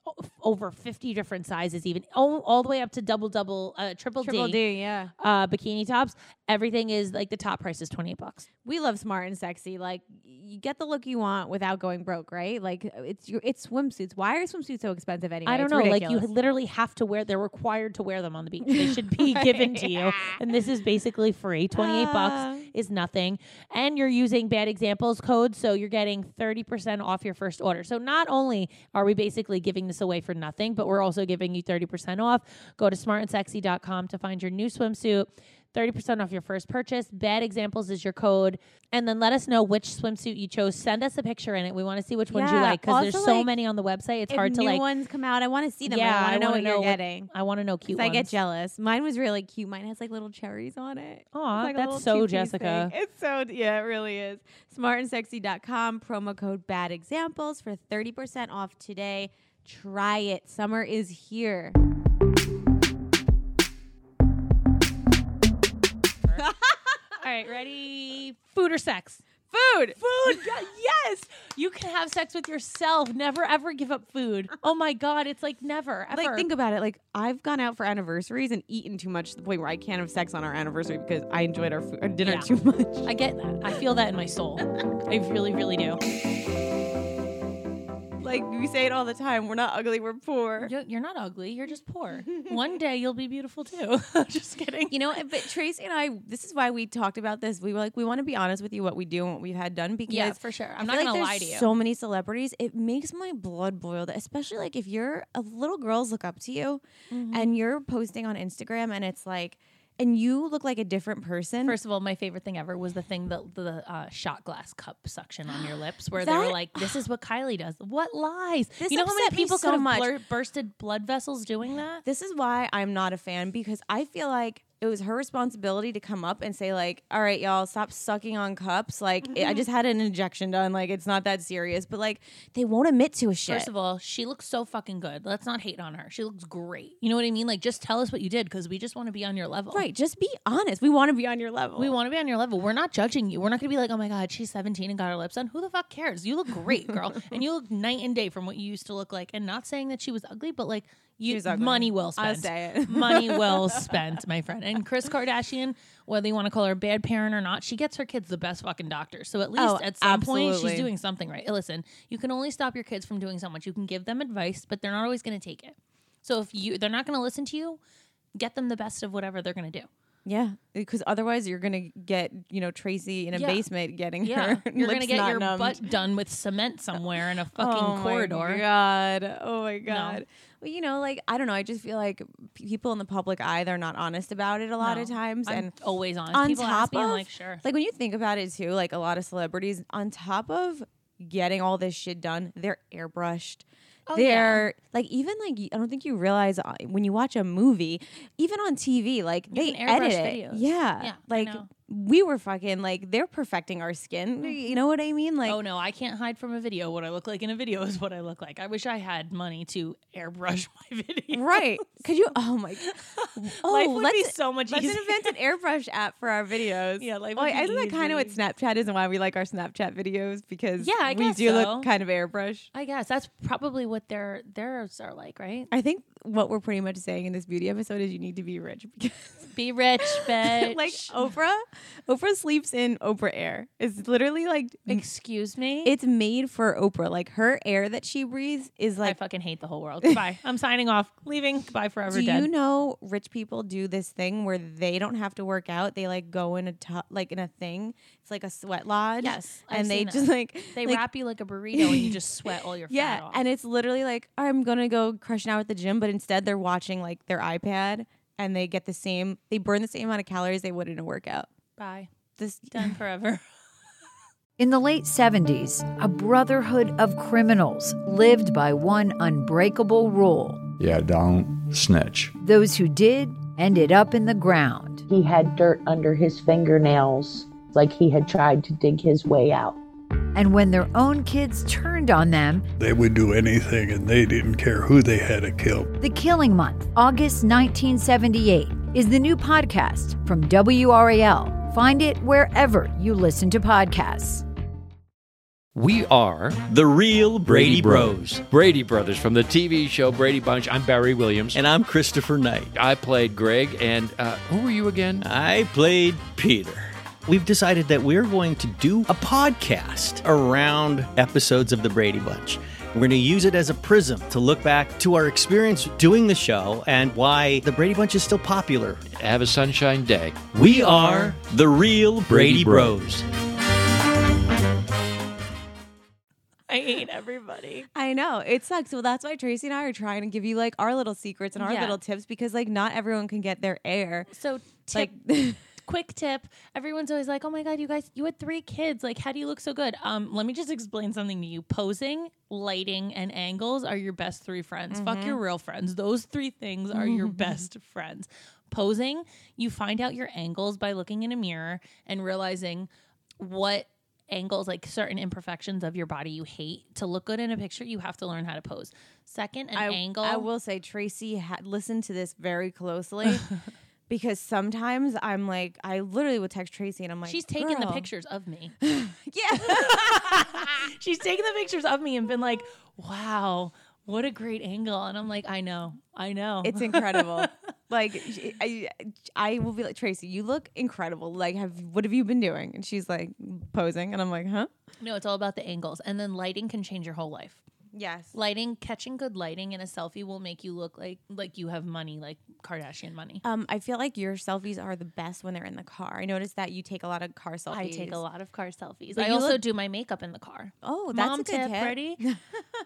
[SPEAKER 1] o- over 50 different sizes, even all, all the way up to double, double, uh, triple,
[SPEAKER 2] Triple
[SPEAKER 1] D,
[SPEAKER 2] D, yeah.
[SPEAKER 1] Uh, bikini tops. Everything is like the top price is 28 bucks.
[SPEAKER 2] we love smart and sexy. Like you get the look you want without going broke, right? Like it's your it's swimsuits. Why are swimsuits so expensive anyway?
[SPEAKER 1] I don't
[SPEAKER 2] It's
[SPEAKER 1] know. Like you
[SPEAKER 2] ridiculous.
[SPEAKER 1] literally have to wear. They're required to wear them on the beach. They
[SPEAKER 2] [laughs]
[SPEAKER 1] should be given to you. And this is basically free.
[SPEAKER 2] Ah.
[SPEAKER 1] Twenty eight bucks is nothing. And you're using bad examples code, so you're getting thirty percent off your first order. So not only are we basically giving this away for nothing, but we're also giving you thirty percent off. Go to smartandsexy.com to find your new swimsuit. 30% off your first purchase. Bad examples is your code. And then let us know which swimsuit you chose. Send us a picture in it. We want to see which ones you
[SPEAKER 2] Yeah.
[SPEAKER 1] like because there's
[SPEAKER 2] Also,
[SPEAKER 1] so
[SPEAKER 2] like,
[SPEAKER 1] many on the website. It's
[SPEAKER 2] If
[SPEAKER 1] hard to
[SPEAKER 2] new
[SPEAKER 1] like
[SPEAKER 2] ones come out. I want to see them.
[SPEAKER 1] Yeah,
[SPEAKER 2] I want
[SPEAKER 1] I
[SPEAKER 2] to know
[SPEAKER 1] wanna
[SPEAKER 2] what you're
[SPEAKER 1] know what-
[SPEAKER 2] getting.
[SPEAKER 1] I want to know cute
[SPEAKER 2] 'Cause I
[SPEAKER 1] ones.
[SPEAKER 2] get jealous. Mine was really cute. Mine has like little cherries on it. It's
[SPEAKER 1] Aw,
[SPEAKER 2] like a
[SPEAKER 1] that's
[SPEAKER 2] little
[SPEAKER 1] so
[SPEAKER 2] two-piece
[SPEAKER 1] Jessica.
[SPEAKER 2] thing. [laughs] It's so yeah, it really is. Smartandsexy.com promo code bad examples for 30% off today. Try it. Summer is here.
[SPEAKER 1] All right, ready? Food or sex?
[SPEAKER 2] Food. [laughs]
[SPEAKER 1] Food. yes. You can have sex with yourself. Never ever give up food. Oh my god, it's like never ever.
[SPEAKER 2] Like think about it. Like I've gone out for anniversaries and eaten too much to the point where I can't have sex on our anniversary because I enjoyed our, food, our dinner
[SPEAKER 1] Yeah.
[SPEAKER 2] too [laughs] much.
[SPEAKER 1] I get that. I feel that in my soul. I really, really do.
[SPEAKER 2] Like we say it all the time. We're not ugly. We're poor.
[SPEAKER 1] You're you're not ugly. You're just poor. One day you'll be beautiful too. [laughs] just kidding.
[SPEAKER 2] You know, eh, but Tracy and I. This is why we talked about this. We were like, we want to be honest with you what we do and what we've had done because
[SPEAKER 3] Yeah, for sure. I'm
[SPEAKER 2] I
[SPEAKER 3] not
[SPEAKER 2] feel
[SPEAKER 3] gonna
[SPEAKER 2] like
[SPEAKER 3] lie
[SPEAKER 2] there's
[SPEAKER 3] to you.
[SPEAKER 2] So many celebrities, it makes my blood boil. Especially like if you're a little girls look up to you, and you're posting on Instagram, and it's like, and you look like a different person.
[SPEAKER 1] First of all, my favorite thing ever was the thing that the uh, shot glass cup suction on your lips, where they were
[SPEAKER 2] That-
[SPEAKER 1] like, "This is what Kylie does." What lies?
[SPEAKER 2] This
[SPEAKER 1] you know how many
[SPEAKER 2] upset me
[SPEAKER 1] people
[SPEAKER 2] so
[SPEAKER 1] could have
[SPEAKER 2] much.
[SPEAKER 1] blur- bursted blood vessels doing that?
[SPEAKER 2] this is why I'm not a fan because I feel like it was her responsibility to come up and say like, "All right, y'all, stop sucking on cups. Like, I just had an injection done. Like, it's not that serious." But like, they won't admit to a shit.
[SPEAKER 1] First of all, she looks so fucking good. Let's not hate on her. She looks great. You know what I mean? Like, just tell us what you did because we just want to be on your level.
[SPEAKER 2] right, just be honest. We want to be on your level.
[SPEAKER 1] We want to be on your level. We're not judging you. We're not going to be like, oh my God, she's 17 and got her lips done. Who the fuck cares? You look great,
[SPEAKER 2] [laughs]
[SPEAKER 1] girl. and you look night and day from what you used to look like. And not saying that she was ugly, but like, you,
[SPEAKER 2] was ugly.
[SPEAKER 1] money well spent.
[SPEAKER 2] I'll say it.
[SPEAKER 1] money
[SPEAKER 2] [laughs]
[SPEAKER 1] well spent, my friend. And Chris Kardashian, whether you want to call her a bad parent or not, she gets her kids the best fucking doctor. So at least
[SPEAKER 2] Oh,
[SPEAKER 1] at some point, she's
[SPEAKER 2] absolutely.
[SPEAKER 1] doing something right. Listen, you can only stop your kids from doing so much. You can give them advice, but they're not always going to take it. So if you they're not going to listen to you, get them the best of whatever they're going to do.
[SPEAKER 2] yeah, because otherwise you're gonna get you know Tracy in a
[SPEAKER 1] Yeah.
[SPEAKER 2] basement getting
[SPEAKER 1] Yeah,
[SPEAKER 2] her.
[SPEAKER 1] you're
[SPEAKER 2] lips
[SPEAKER 1] gonna get
[SPEAKER 2] not
[SPEAKER 1] your
[SPEAKER 2] numbed.
[SPEAKER 1] butt done with cement somewhere in a
[SPEAKER 2] [laughs] Oh
[SPEAKER 1] fucking
[SPEAKER 2] my
[SPEAKER 1] corridor.
[SPEAKER 2] God. Oh my god. Well, you know, like I don't know. I just feel like p- people in the public eye they're not honest about it a lot
[SPEAKER 1] No,
[SPEAKER 2] of times,
[SPEAKER 1] I'm
[SPEAKER 2] and
[SPEAKER 1] always honest.
[SPEAKER 2] on
[SPEAKER 1] People
[SPEAKER 2] top
[SPEAKER 1] ask me, I'm
[SPEAKER 2] of
[SPEAKER 1] like, sure.
[SPEAKER 2] like when you think about it too, like a lot of celebrities on top of getting all this shit done, they're airbrushed.
[SPEAKER 1] Oh,
[SPEAKER 2] they're like even like I don't think you realize uh, when you watch a movie, even on TV, like they
[SPEAKER 1] can airbrush
[SPEAKER 2] edit it.
[SPEAKER 1] videos.
[SPEAKER 2] Yeah,
[SPEAKER 1] Yeah, I
[SPEAKER 2] like
[SPEAKER 1] know.
[SPEAKER 2] we were fucking like they're perfecting our skin. You know what I mean? Like
[SPEAKER 1] oh no, I can't hide from a video. What I look like in a video is what I look like. I wish I had money to airbrush [laughs] my video.
[SPEAKER 2] right? Could you? Oh
[SPEAKER 1] [laughs]
[SPEAKER 2] my! Oh,
[SPEAKER 1] Life would
[SPEAKER 2] let's
[SPEAKER 1] be so much
[SPEAKER 2] Let's
[SPEAKER 1] easier.
[SPEAKER 2] invent an airbrush app for our videos.
[SPEAKER 1] Yeah, life
[SPEAKER 2] Oh,
[SPEAKER 1] would be
[SPEAKER 2] isn't that kind of what
[SPEAKER 1] easy.
[SPEAKER 2] Snapchat is and why we like our Snapchat videos because
[SPEAKER 1] Yeah, I
[SPEAKER 2] we
[SPEAKER 1] guess
[SPEAKER 2] do
[SPEAKER 1] so.
[SPEAKER 2] look kind of airbrush.
[SPEAKER 1] I guess that's probably what their theirs are like, right?
[SPEAKER 2] I think what we're pretty much saying in this beauty episode is you need to be rich because
[SPEAKER 1] Be rich, bitch.
[SPEAKER 2] like Oprah, Oprah sleeps in Oprah Air. It's literally like
[SPEAKER 1] Mm-hmm. excuse me.
[SPEAKER 2] [laughs] it's made for Oprah. Like her air that she breathes is
[SPEAKER 1] I
[SPEAKER 2] like
[SPEAKER 1] fucking hate the whole [laughs] world. Goodbye. I'm signing off. Leaving. Goodbye forever.
[SPEAKER 2] Do
[SPEAKER 1] dead.
[SPEAKER 2] you know rich people do this thing where they don't have to work out? They like go in a tu- like in a thing. It's like a sweat lodge.
[SPEAKER 1] Yes, I've
[SPEAKER 2] and they
[SPEAKER 1] seen
[SPEAKER 2] just
[SPEAKER 1] that.
[SPEAKER 2] like
[SPEAKER 1] they
[SPEAKER 2] like,
[SPEAKER 1] wrap you like a burrito and you just sweat all [laughs] your
[SPEAKER 2] Yeah,
[SPEAKER 1] fat off.
[SPEAKER 2] and it's literally like I'm gonna go crushing out at the gym, but instead they're watching like their iPad and they get the same. They burn the same amount of calories they would in a workout.
[SPEAKER 1] bye.
[SPEAKER 2] This
[SPEAKER 1] Done [laughs] forever.
[SPEAKER 6] In the late 70s, a brotherhood of criminals lived by one unbreakable rule
[SPEAKER 7] Yeah, don't snitch.
[SPEAKER 6] those who did ended up in the ground.
[SPEAKER 8] He had dirt under his fingernails, like he had tried to dig his way out.
[SPEAKER 6] And when their own kids turned on them,
[SPEAKER 9] They would do anything and they didn't care who they had to kill.
[SPEAKER 6] The Killing Month, August 1978, is the new podcast from WRAL. Find it wherever you listen to podcasts.
[SPEAKER 10] We are
[SPEAKER 11] The real Brady,
[SPEAKER 10] Brady
[SPEAKER 11] Bros.
[SPEAKER 10] Brady Brothers from the TV show Brady Bunch. I'm Barry Williams.
[SPEAKER 11] And I'm Christopher Knight.
[SPEAKER 10] I played Greg. And uh, who were you again?
[SPEAKER 11] I played Peter. We've decided that we're going to do a podcast around episodes of The Brady Bunch. We're going to use it as a prism to look back to our experience doing the show and why The Brady Bunch is still popular.
[SPEAKER 10] Have a sunshine day.
[SPEAKER 11] We are The real Brady,
[SPEAKER 10] Brady Bros.
[SPEAKER 11] Bros.
[SPEAKER 4] I hate everybody.
[SPEAKER 2] I know it sucks. Well, that's why Tracy and I are trying to give you like our little secrets and our
[SPEAKER 1] Yeah.
[SPEAKER 2] little tips because like not everyone can get their air.
[SPEAKER 1] So tip,
[SPEAKER 2] Like-
[SPEAKER 1] quick tip. Everyone's always like, "Oh my god, you guys, you had three kids. Like, how do you look so good?" Um, let me just explain something to you. Posing, lighting, and angles are your best three friends. Fuck
[SPEAKER 2] Mm-hmm.
[SPEAKER 1] your real friends. Those three things are your
[SPEAKER 2] [laughs]
[SPEAKER 1] best friends. Posing, you find out your angles by looking in a mirror and realizing what angles like certain imperfections of your body you hate to look good in a picture you have to learn how to pose second an
[SPEAKER 2] I,
[SPEAKER 1] angle
[SPEAKER 2] I will say Tracy ha- listened to this
[SPEAKER 1] [laughs]
[SPEAKER 2] very closely because sometimes I'm like I literally would text Tracy and I'm like
[SPEAKER 1] she's taken the
[SPEAKER 2] "Girl."
[SPEAKER 1] pictures of [laughs] me
[SPEAKER 2] [laughs] Yeah.
[SPEAKER 1] She's taken the pictures of me and been like, wow, what a great angle. And I'm like, I know, I know. [laughs]
[SPEAKER 2] It's incredible. like sh- I, I will be like Tracy, you look incredible. Like, have what have you been doing? And she's like posing, and I'm like, huh?
[SPEAKER 1] no, it's all about the angles. And then lighting can change your whole life.
[SPEAKER 2] Yes.
[SPEAKER 1] Lighting, catching good lighting in a selfie will make you look like like you have money, like Kardashian money.
[SPEAKER 2] Um, I feel like your selfies are the best when they're in the car. I noticed that you take a lot of car selfies.
[SPEAKER 1] I take a lot of car selfies.
[SPEAKER 2] But
[SPEAKER 1] I
[SPEAKER 2] you
[SPEAKER 1] also
[SPEAKER 2] look-
[SPEAKER 1] do my makeup in the car.
[SPEAKER 2] Oh, that's
[SPEAKER 1] Mom
[SPEAKER 2] a good
[SPEAKER 1] tip,
[SPEAKER 2] tip. [laughs]
[SPEAKER 1] ready?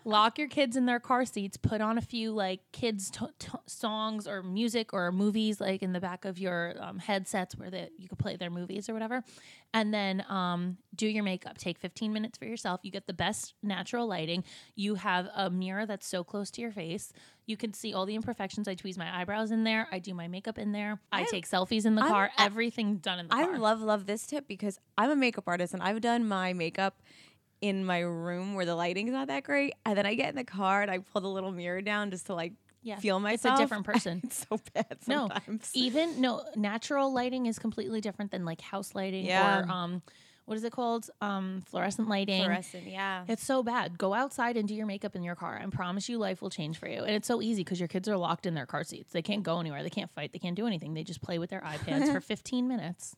[SPEAKER 1] Lock your kids in their car seats. Put on a few like kids' to to songs or music or movies, like in the back of your um, headsets where they, you could play their movies or whatever. And then um, do your makeup. Take 15 minutes for yourself. You get the best natural lighting. You have a mirror that's so close to your face. You can see all the imperfections. I tweeze my eyebrows in there. I do my makeup in there. I, take selfies in the
[SPEAKER 2] I'm-
[SPEAKER 1] car.
[SPEAKER 2] I-
[SPEAKER 1] Everything done in the
[SPEAKER 2] I
[SPEAKER 1] car.
[SPEAKER 2] love love this tip because I'm a makeup artist and I've done my makeup in my room where the lighting's not that great, and then I get in the car and I pull the little mirror down just to like
[SPEAKER 1] Yeah,
[SPEAKER 2] feel
[SPEAKER 1] it's
[SPEAKER 2] myself.
[SPEAKER 1] a different person.
[SPEAKER 2] [laughs] It's so bad sometimes.
[SPEAKER 1] No, even no natural lighting is completely different than like house lighting
[SPEAKER 2] Yeah.
[SPEAKER 1] or um, what is it called? Um, fluorescent lighting.
[SPEAKER 2] Fluorescent, yeah.
[SPEAKER 1] It's so bad. Go outside and do your makeup in your car. I promise you, life will change for you. And it's so easy because your kids are locked in their car seats. They can't go anywhere. They can't fight. They can't do anything. They just play with their iPads
[SPEAKER 2] [laughs]
[SPEAKER 1] for 15 minutes.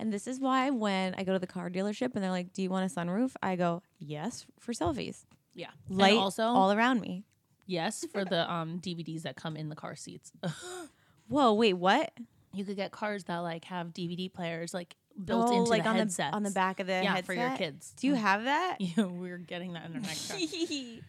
[SPEAKER 2] And this is why when I go to the car dealership and they're like, "Do you want a sunroof?" I go, "Yes," for selfies.
[SPEAKER 1] Yeah. And
[SPEAKER 2] Light
[SPEAKER 1] also,
[SPEAKER 2] all around me.
[SPEAKER 1] yes, for the um, DVDs that come in the car seats.
[SPEAKER 2] Whoa, wait, what?
[SPEAKER 1] you could get cars that like have DVD players like [laughs] built into
[SPEAKER 2] Oh, like
[SPEAKER 1] the
[SPEAKER 2] on
[SPEAKER 1] headsets.
[SPEAKER 2] the on the back of the
[SPEAKER 1] Yeah, for your
[SPEAKER 2] headset?
[SPEAKER 1] kids.
[SPEAKER 2] Do you have that?
[SPEAKER 1] Yeah, we're getting that in our
[SPEAKER 2] [laughs]
[SPEAKER 1] next car.
[SPEAKER 2] we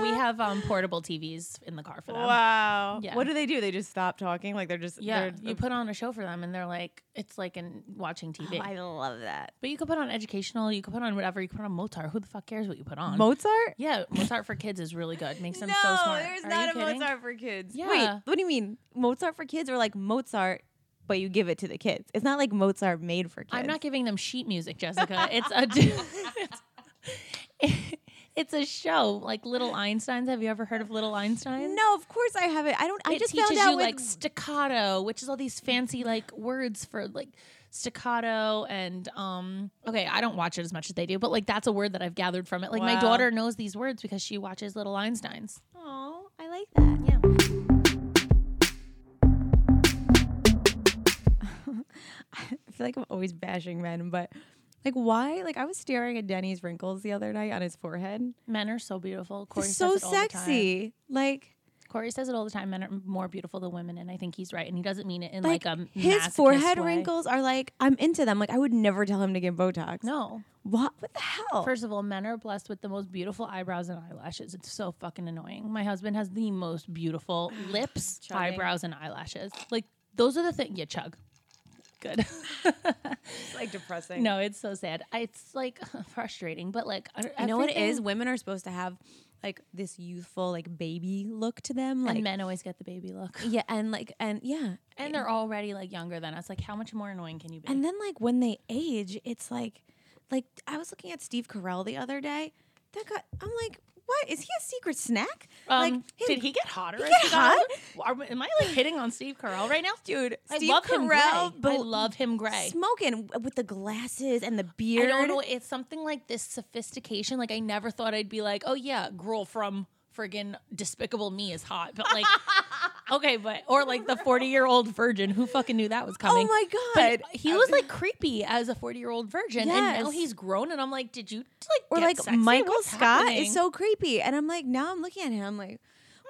[SPEAKER 1] We have
[SPEAKER 2] [laughs]
[SPEAKER 1] um, portable TVs in the car for them.
[SPEAKER 2] Wow.
[SPEAKER 1] Yeah.
[SPEAKER 2] What do they do? They just stop talking? Like they're just
[SPEAKER 1] Yeah,
[SPEAKER 2] they're-
[SPEAKER 1] you put on a show for them, and they're like, it's like in watching
[SPEAKER 2] Oh,
[SPEAKER 1] TV.
[SPEAKER 2] I love that.
[SPEAKER 1] but you could put on educational. You could put on whatever. You could put on Mozart. Who the fuck cares what you put on?
[SPEAKER 2] Mozart?
[SPEAKER 1] yeah, Mozart for kids is really good. Makes them so smart.
[SPEAKER 2] there's
[SPEAKER 1] Are
[SPEAKER 2] not
[SPEAKER 1] you
[SPEAKER 2] a
[SPEAKER 1] kidding?
[SPEAKER 2] Mozart for kids.
[SPEAKER 1] Yeah.
[SPEAKER 2] Wait, what do you mean? Mozart for kids or like Mozart, but you give it to the kids. It's not like Mozart made for kids.
[SPEAKER 1] I'm not giving them sheet music, Jessica. It's a. [laughs] It's a show like Little Einsteins. Have you ever heard of Little Einsteins?
[SPEAKER 2] No, of course I haven't. I don't I
[SPEAKER 1] it
[SPEAKER 2] just
[SPEAKER 1] teaches
[SPEAKER 2] found out
[SPEAKER 1] you
[SPEAKER 2] with
[SPEAKER 1] like staccato, which is all these fancy like words for like staccato and um okay, I don't watch it as much as they do, but like that's a word that I've gathered from it. Like my
[SPEAKER 2] Wow.
[SPEAKER 1] daughter knows these words because she watches Little Einsteins.
[SPEAKER 2] Oh, I like that.
[SPEAKER 1] Yeah.
[SPEAKER 2] I feel like I'm always bashing men, but like why? Like I was staring at Denny's wrinkles the other night on his forehead.
[SPEAKER 1] Men are so beautiful. Corey
[SPEAKER 2] They're so
[SPEAKER 1] says it all the time.
[SPEAKER 2] sexy. Like
[SPEAKER 1] Corey says it all the time. Men are more beautiful than women, and I think he's right. And he doesn't mean it in like,
[SPEAKER 2] like,
[SPEAKER 1] a
[SPEAKER 2] his
[SPEAKER 1] masochist
[SPEAKER 2] forehead
[SPEAKER 1] way.
[SPEAKER 2] wrinkles are like I'm into them. Like I would never tell him to get Botox.
[SPEAKER 1] No.
[SPEAKER 2] What? What the hell?
[SPEAKER 1] First of all, men are blessed with the most beautiful eyebrows and eyelashes. It's so fucking annoying. My husband has the most [sighs] beautiful lips, eyebrows, and eyelashes. Like those are the things. Yeah, chug. Good. [laughs]
[SPEAKER 2] like depressing.
[SPEAKER 1] no, it's so sad. I- It's like [laughs] frustrating, but like I
[SPEAKER 2] You know what it is? Women are supposed to have like this youthful, like baby look to them. Like
[SPEAKER 1] and men always get the baby look,
[SPEAKER 2] Yeah, and like and yeah.
[SPEAKER 1] and they're already like younger than us. Like, how much more annoying can you be?
[SPEAKER 2] And then like when they age, it's like like I was looking at Steve Carell the other day. That guy I'm like, what? Is he a secret snack?
[SPEAKER 3] Um,
[SPEAKER 2] like, hey,
[SPEAKER 3] did he get hotter?
[SPEAKER 2] he
[SPEAKER 3] as
[SPEAKER 2] get
[SPEAKER 3] got
[SPEAKER 2] hot?
[SPEAKER 3] older? Are we- am I like hitting on Steve Carell right now?
[SPEAKER 2] dude? Steve
[SPEAKER 3] I love
[SPEAKER 2] Carell,
[SPEAKER 3] him gray.
[SPEAKER 2] but
[SPEAKER 3] I love him gray.
[SPEAKER 2] smoking with the glasses and the
[SPEAKER 3] I
[SPEAKER 2] beard.
[SPEAKER 3] don't know. It's something like this sophistication. Like I never thought I'd be like, oh yeah, girl from friggin' Despicable Me is hot. But
[SPEAKER 2] [laughs]
[SPEAKER 3] like, okay, but or like the forty-year-old virgin. Who fucking knew that was coming?
[SPEAKER 2] Oh my God.
[SPEAKER 3] But he was like creepy as a forty-year-old virgin, and now
[SPEAKER 2] Yes.
[SPEAKER 3] he's grown. And I'm like, did you like
[SPEAKER 2] Or
[SPEAKER 3] get
[SPEAKER 2] like
[SPEAKER 3] sexy?
[SPEAKER 2] Michael
[SPEAKER 3] What's
[SPEAKER 2] Scott
[SPEAKER 3] happening?
[SPEAKER 2] is so creepy, and I'm like, now I'm looking at him, I'm like,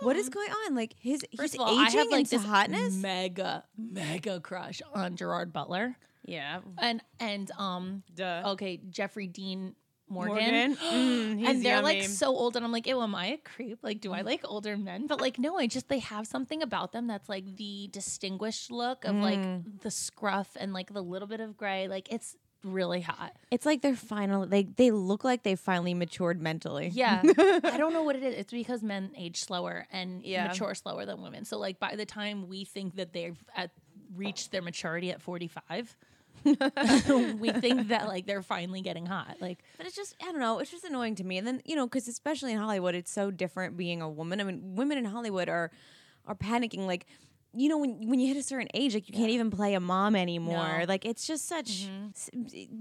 [SPEAKER 2] what is going on? Like his
[SPEAKER 3] Hmm. First
[SPEAKER 2] he's
[SPEAKER 3] of all,
[SPEAKER 2] aging
[SPEAKER 3] I have like
[SPEAKER 2] into
[SPEAKER 3] this
[SPEAKER 2] hotness.
[SPEAKER 3] mega mega crush on Gerard Butler.
[SPEAKER 12] Yeah.
[SPEAKER 3] and and um
[SPEAKER 12] Duh.
[SPEAKER 3] okay Jeffrey Dean Morgan, [gasps]
[SPEAKER 12] Morgan? Mm, he's
[SPEAKER 3] and they're like
[SPEAKER 12] yummy.
[SPEAKER 3] so old and I'm like ew am I a creep like do I like older men but like no I just they have something about them that's like the distinguished look of
[SPEAKER 12] Mm.
[SPEAKER 3] like the scruff and like the little bit of gray like it's really hot
[SPEAKER 2] It's like they're finally they they look like they finally matured mentally.
[SPEAKER 3] yeah I don't know what it is it's because men age slower and
[SPEAKER 12] Yeah.
[SPEAKER 3] mature slower than women so like by the time we think that they've at, reached their maturity at [laughs] 45 we think that like they're finally getting hot like
[SPEAKER 2] But it's just I don't know. It's just annoying to me. And then you know, because especially in Hollywood, it's so different being a woman. I mean, women in Hollywood are are panicking. Like, you know, when when you hit a certain age, like you can't even play a mom anymore.
[SPEAKER 3] No. Mm-hmm.
[SPEAKER 2] Like, it's just such s-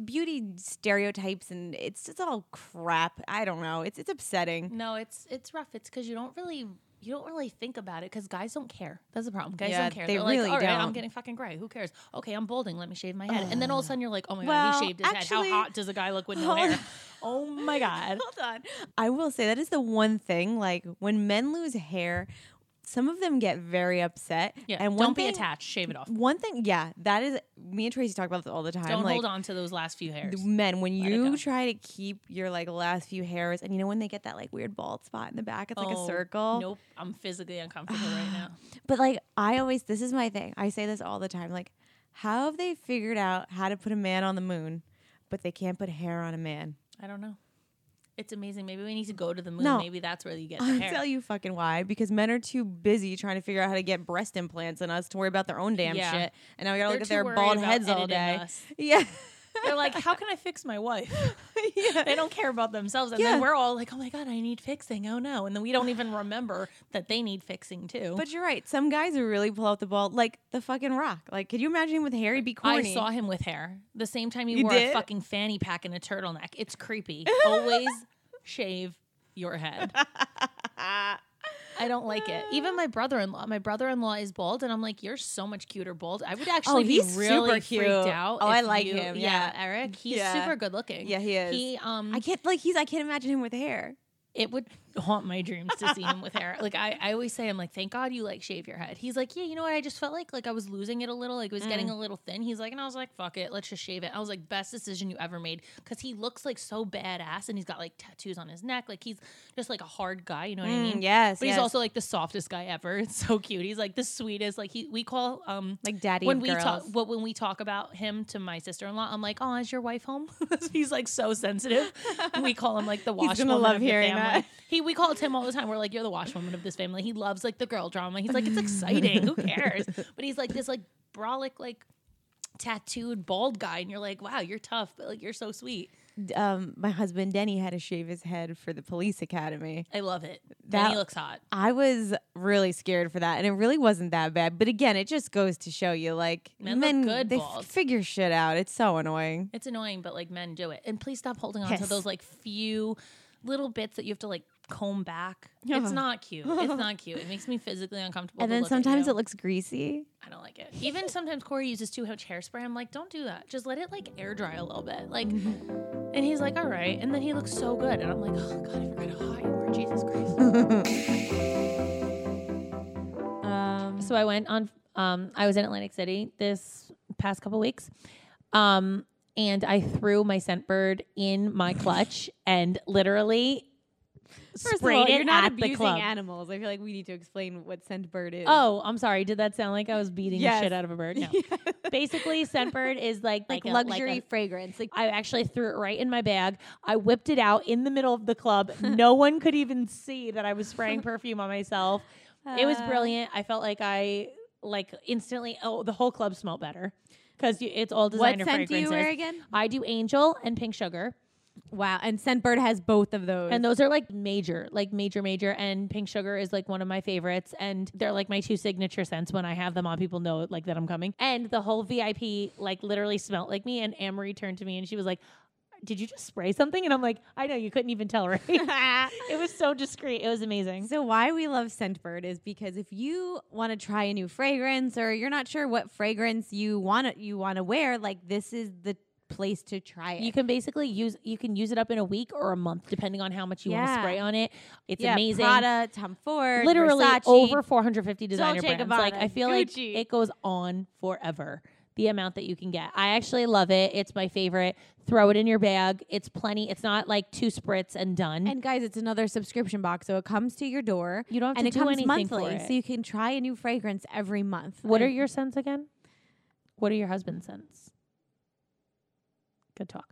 [SPEAKER 2] beauty stereotypes, and it's just all crap. I don't know. It's it's [laughs] upsetting.
[SPEAKER 3] No, it's it's rough. It's because you don't really you don't really think about it because guys don't care. That's the problem. Guys
[SPEAKER 2] Yeah,
[SPEAKER 3] don't care.
[SPEAKER 2] they
[SPEAKER 3] They're
[SPEAKER 2] really
[SPEAKER 3] like, All right,
[SPEAKER 2] don't.
[SPEAKER 3] I'm getting fucking gray. Who cares? Okay, I'm balding. Let me shave my head. And then all of a sudden you're like, oh my god,
[SPEAKER 2] Well,
[SPEAKER 3] he shaved his
[SPEAKER 2] actually-
[SPEAKER 3] head. How hot does a guy look with [laughs] no hair? Oh my god.
[SPEAKER 2] [laughs] Hold on. I will say that is the one thing. Like when men lose hair, some of them get very upset.
[SPEAKER 3] Yeah,
[SPEAKER 2] and one
[SPEAKER 3] don't be
[SPEAKER 2] thing-
[SPEAKER 3] attached. Shave it off.
[SPEAKER 2] One thing, yeah, that is. Me and Tracy talk about this all the time.
[SPEAKER 3] Don't
[SPEAKER 2] like,
[SPEAKER 3] hold on to those last few hairs.
[SPEAKER 2] men when you
[SPEAKER 3] go.
[SPEAKER 2] try to keep your like last few hairs and you know when they get that like weird bald spot in the back it's like a
[SPEAKER 3] Oh,
[SPEAKER 2] circle
[SPEAKER 3] Nope, I'm physically uncomfortable right
[SPEAKER 2] [sighs]
[SPEAKER 3] now.
[SPEAKER 2] but like i always this is my thing i say this all the time like how have they figured out how to put a man on the moon but they can't put hair on a man [laughs]
[SPEAKER 3] I don't know. It's amazing. Maybe we need to go to the moon.
[SPEAKER 2] No.
[SPEAKER 3] Maybe that's where you
[SPEAKER 2] [laughs]
[SPEAKER 3] get the
[SPEAKER 2] i'll
[SPEAKER 3] hair.
[SPEAKER 2] tell you fucking why because men are too busy trying to figure out how to get breast implants in us to worry about their own damn
[SPEAKER 3] Yeah.
[SPEAKER 2] shit and now we gotta
[SPEAKER 3] They're
[SPEAKER 2] look at
[SPEAKER 3] too
[SPEAKER 2] their
[SPEAKER 3] worried
[SPEAKER 2] bald
[SPEAKER 3] about
[SPEAKER 2] heads all
[SPEAKER 3] editing
[SPEAKER 2] day
[SPEAKER 3] us.
[SPEAKER 2] [laughs] yeah
[SPEAKER 3] They're like, how can I fix my wife?
[SPEAKER 2] [laughs]
[SPEAKER 3] They don't care about themselves. And
[SPEAKER 2] Yeah.
[SPEAKER 3] then we're all like, oh my God, I need fixing. Oh no. And then we don't even remember that they need fixing too.
[SPEAKER 2] [laughs] but you're right some guys who really pull out the ball like the fucking rock like could you imagine him with hair he'd be corny [laughs]
[SPEAKER 3] I saw him with hair the same time he
[SPEAKER 2] You
[SPEAKER 3] wore
[SPEAKER 2] did?
[SPEAKER 3] a fucking fanny pack and a turtleneck. It's creepy. Always shave
[SPEAKER 2] [laughs]
[SPEAKER 3] your head. I don't like it. Even my brother-in-law. My brother-in-law is bald, and I'm like, "You're so much cuter bald." I would actually be
[SPEAKER 2] Oh, he's super
[SPEAKER 3] really
[SPEAKER 2] cute.
[SPEAKER 3] freaked out.
[SPEAKER 2] Oh, I
[SPEAKER 3] if
[SPEAKER 2] like
[SPEAKER 3] you-
[SPEAKER 2] him, yeah.
[SPEAKER 3] Eric. He's
[SPEAKER 2] Yeah.
[SPEAKER 3] super good
[SPEAKER 2] [laughs]
[SPEAKER 3] looking.
[SPEAKER 2] Yeah, he is.
[SPEAKER 3] He um,
[SPEAKER 2] I can't like he's I can't imagine him with hair.
[SPEAKER 3] it would haunt my dreams to see him with hair. Like I, I always say, I'm like, thank God you like shave your head. He's like, yeah, you know what? I just felt like like I was losing it a little, like it was getting a little thin. He's like, and I was like, fuck it, let's just shave it. I was like, best decision you ever made because he looks like so badass and he's got like tattoos on his neck, like he's just like a hard guy. You know what I mean?
[SPEAKER 2] yes,
[SPEAKER 3] Mm. But
[SPEAKER 2] Mm. yes.
[SPEAKER 3] he's also like the softest guy ever. [laughs] It's so cute. He's like the sweetest. Like he, we call um
[SPEAKER 2] Like daddy
[SPEAKER 3] when
[SPEAKER 2] of
[SPEAKER 3] we
[SPEAKER 2] girls.
[SPEAKER 3] talk what when we talk about him to my sister-in-law i'm like oh is your wife home [laughs] he's like so sensitive we call him like
[SPEAKER 2] [laughs]
[SPEAKER 3] the
[SPEAKER 2] He's
[SPEAKER 3] wash
[SPEAKER 2] gonna
[SPEAKER 3] woman
[SPEAKER 2] love
[SPEAKER 3] of the
[SPEAKER 2] hearing
[SPEAKER 3] family
[SPEAKER 2] that.
[SPEAKER 3] he we called him all the time we're like you're the wash woman of this family he loves like the girl drama he's like it's exciting who
[SPEAKER 2] [laughs]
[SPEAKER 3] cares but he's like this like brolic like tattooed bald guy and you're like wow you're tough but like you're so sweet
[SPEAKER 2] Um my husband Denny had to shave his head for the police academy.
[SPEAKER 3] i love it
[SPEAKER 2] That-
[SPEAKER 3] then he looks hot
[SPEAKER 2] I was really scared for that and it really wasn't that bad. But again, it just goes to show you like
[SPEAKER 3] Men look good
[SPEAKER 2] they
[SPEAKER 3] bald.
[SPEAKER 2] figure shit out. It's so annoying.
[SPEAKER 3] It's annoying, but like men do it. And please stop holding on to
[SPEAKER 2] Mm-hmm. Yes.
[SPEAKER 3] those like few little bits that you have to like comb back.
[SPEAKER 2] [laughs]
[SPEAKER 3] It's not cute. It's not cute. It makes me physically uncomfortable.
[SPEAKER 2] and
[SPEAKER 3] to
[SPEAKER 2] then
[SPEAKER 3] look at
[SPEAKER 2] sometimes
[SPEAKER 3] you.
[SPEAKER 2] it looks greasy.
[SPEAKER 3] I don't like it. Even sometimes Corey uses too much hairspray. I'm like, don't do that. Just let it like air dry a little bit. Like, and
[SPEAKER 2] Mm-hmm.
[SPEAKER 3] he's like, all right. And then he looks so good, and I'm like, oh god, I forgot how hot you were. Jesus
[SPEAKER 2] [laughs]
[SPEAKER 3] Christ.
[SPEAKER 2] Um
[SPEAKER 3] so I went on. Um, I was in Atlantic City this past couple weeks, um, and I threw my scent bird in my clutch and literally sprayed it
[SPEAKER 2] you're not
[SPEAKER 3] at
[SPEAKER 2] abusing
[SPEAKER 3] the club.
[SPEAKER 2] animals. I feel like we need to explain what scent bird is.
[SPEAKER 3] Oh, I'm sorry. Did that sound like I was
[SPEAKER 2] [laughs]
[SPEAKER 3] beating
[SPEAKER 2] Yes.
[SPEAKER 3] the shit out of a bird? No. Basically, Scentbird is like
[SPEAKER 2] like,
[SPEAKER 3] a-
[SPEAKER 2] luxury
[SPEAKER 3] like a-
[SPEAKER 2] fragrance. Like
[SPEAKER 3] I actually threw it right in my bag. I whipped it out in the middle of the club.
[SPEAKER 2] [laughs]
[SPEAKER 3] No one could even see that I was spraying perfume on myself. it
[SPEAKER 2] Uh.
[SPEAKER 3] was brilliant. I felt like I like instantly. Oh, the whole club smelled better because it's all
[SPEAKER 2] what
[SPEAKER 3] designer
[SPEAKER 2] scent do you
[SPEAKER 3] fragrances.
[SPEAKER 2] wear again?
[SPEAKER 3] I do Angel and Pink Sugar.
[SPEAKER 4] Wow. And Scentbird has both of those.
[SPEAKER 1] And those are like major, like major, major. And pink sugar is like one of my favorites. And they're like my two signature scents. When I have them on, people know like that I'm coming. And the whole VIP like literally smelt like me. And Amory turned to me and she was like, did you just spray something? And I'm like, I know you couldn't even tell, [laughs] right? it was so discreet. It was amazing.
[SPEAKER 4] So why we love Scentbird is because if you want to try a new fragrance or you're not sure what fragrance you want to you want to wear, like this is the place to try it.
[SPEAKER 1] You can basically use you can use it up in a week or a month, depending on how much you want to
[SPEAKER 4] Yeah.
[SPEAKER 1] spray on it. It's
[SPEAKER 4] yeah,
[SPEAKER 1] amazing.
[SPEAKER 4] Prada, Tom Ford,
[SPEAKER 1] literally
[SPEAKER 4] Versace,
[SPEAKER 1] over 450 designer
[SPEAKER 4] Dolce
[SPEAKER 1] brands. Like
[SPEAKER 4] Gabbana,
[SPEAKER 1] I feel
[SPEAKER 4] Gucci.
[SPEAKER 1] like it goes on forever. The amount that you can get, I actually love it. It's my favorite. Throw it in your bag. It's plenty. It's not like two spritz and done.
[SPEAKER 4] And guys, it's another subscription box, so it comes to your door.
[SPEAKER 1] You don't have
[SPEAKER 4] and
[SPEAKER 1] to
[SPEAKER 4] it
[SPEAKER 1] do
[SPEAKER 4] comes
[SPEAKER 1] anything
[SPEAKER 4] monthly,
[SPEAKER 1] for it.
[SPEAKER 4] so you can try a new fragrance every month.
[SPEAKER 1] what are
[SPEAKER 4] And
[SPEAKER 1] your scents again? What are your husband's scents? Good talk.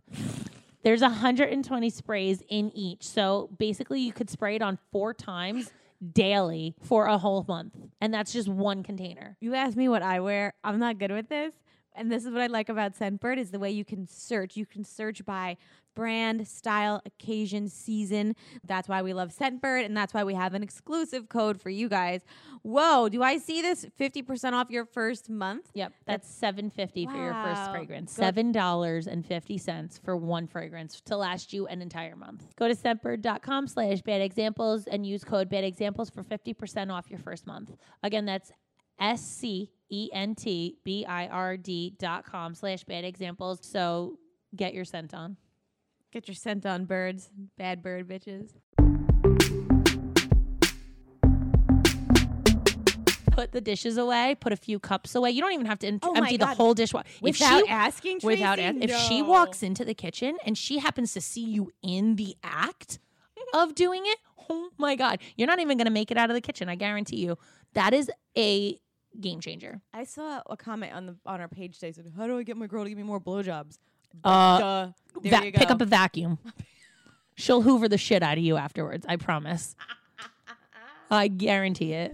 [SPEAKER 1] There's 120 sprays in each, so basically you could spray it on four times daily for a whole month, and that's just one container.
[SPEAKER 4] you asked me what I wear? I'm not good with this. And this is what I like about Scentbird is the way you can search. You can search by brand, style, occasion, season. That's why we love Scentbird, and that's why we have an exclusive code for you guys. Whoa, do I see this? 50% off your first month.
[SPEAKER 1] Yep, that's seven fifty for your first
[SPEAKER 4] Wow.
[SPEAKER 1] fragrance.
[SPEAKER 4] Go-
[SPEAKER 1] Seven dollars and fifty cents for one fragrance to last you an entire month. Go to scentbird.com slash bad examples and use code bad examples for fifty percent off your first month. Again, that's S C E N T B I R D dot com slash bad examples. So get your scent on.
[SPEAKER 4] Get your scent on birds, bad bird bitches.
[SPEAKER 1] Put the dishes away, put a few cups away. You don't even have to em-
[SPEAKER 4] Oh my
[SPEAKER 1] empty the
[SPEAKER 4] God.
[SPEAKER 1] whole dishwasher.
[SPEAKER 4] Without asking,
[SPEAKER 1] without
[SPEAKER 4] Tracy?
[SPEAKER 1] an- if she
[SPEAKER 4] No.
[SPEAKER 1] walks into the kitchen and she happens to see you in the act of doing it oh my god you're not even going to make it out of the kitchen i guarantee you that is a game changer
[SPEAKER 2] I saw a comment on the on our page today said, "How do I get my girl to give me more blowjobs?"
[SPEAKER 1] uh
[SPEAKER 2] Duh. There
[SPEAKER 1] va-
[SPEAKER 2] you go.
[SPEAKER 1] pick up a [laughs] vacuum she'll hoover the shit out of you afterwards i [laughs] promise i guarantee it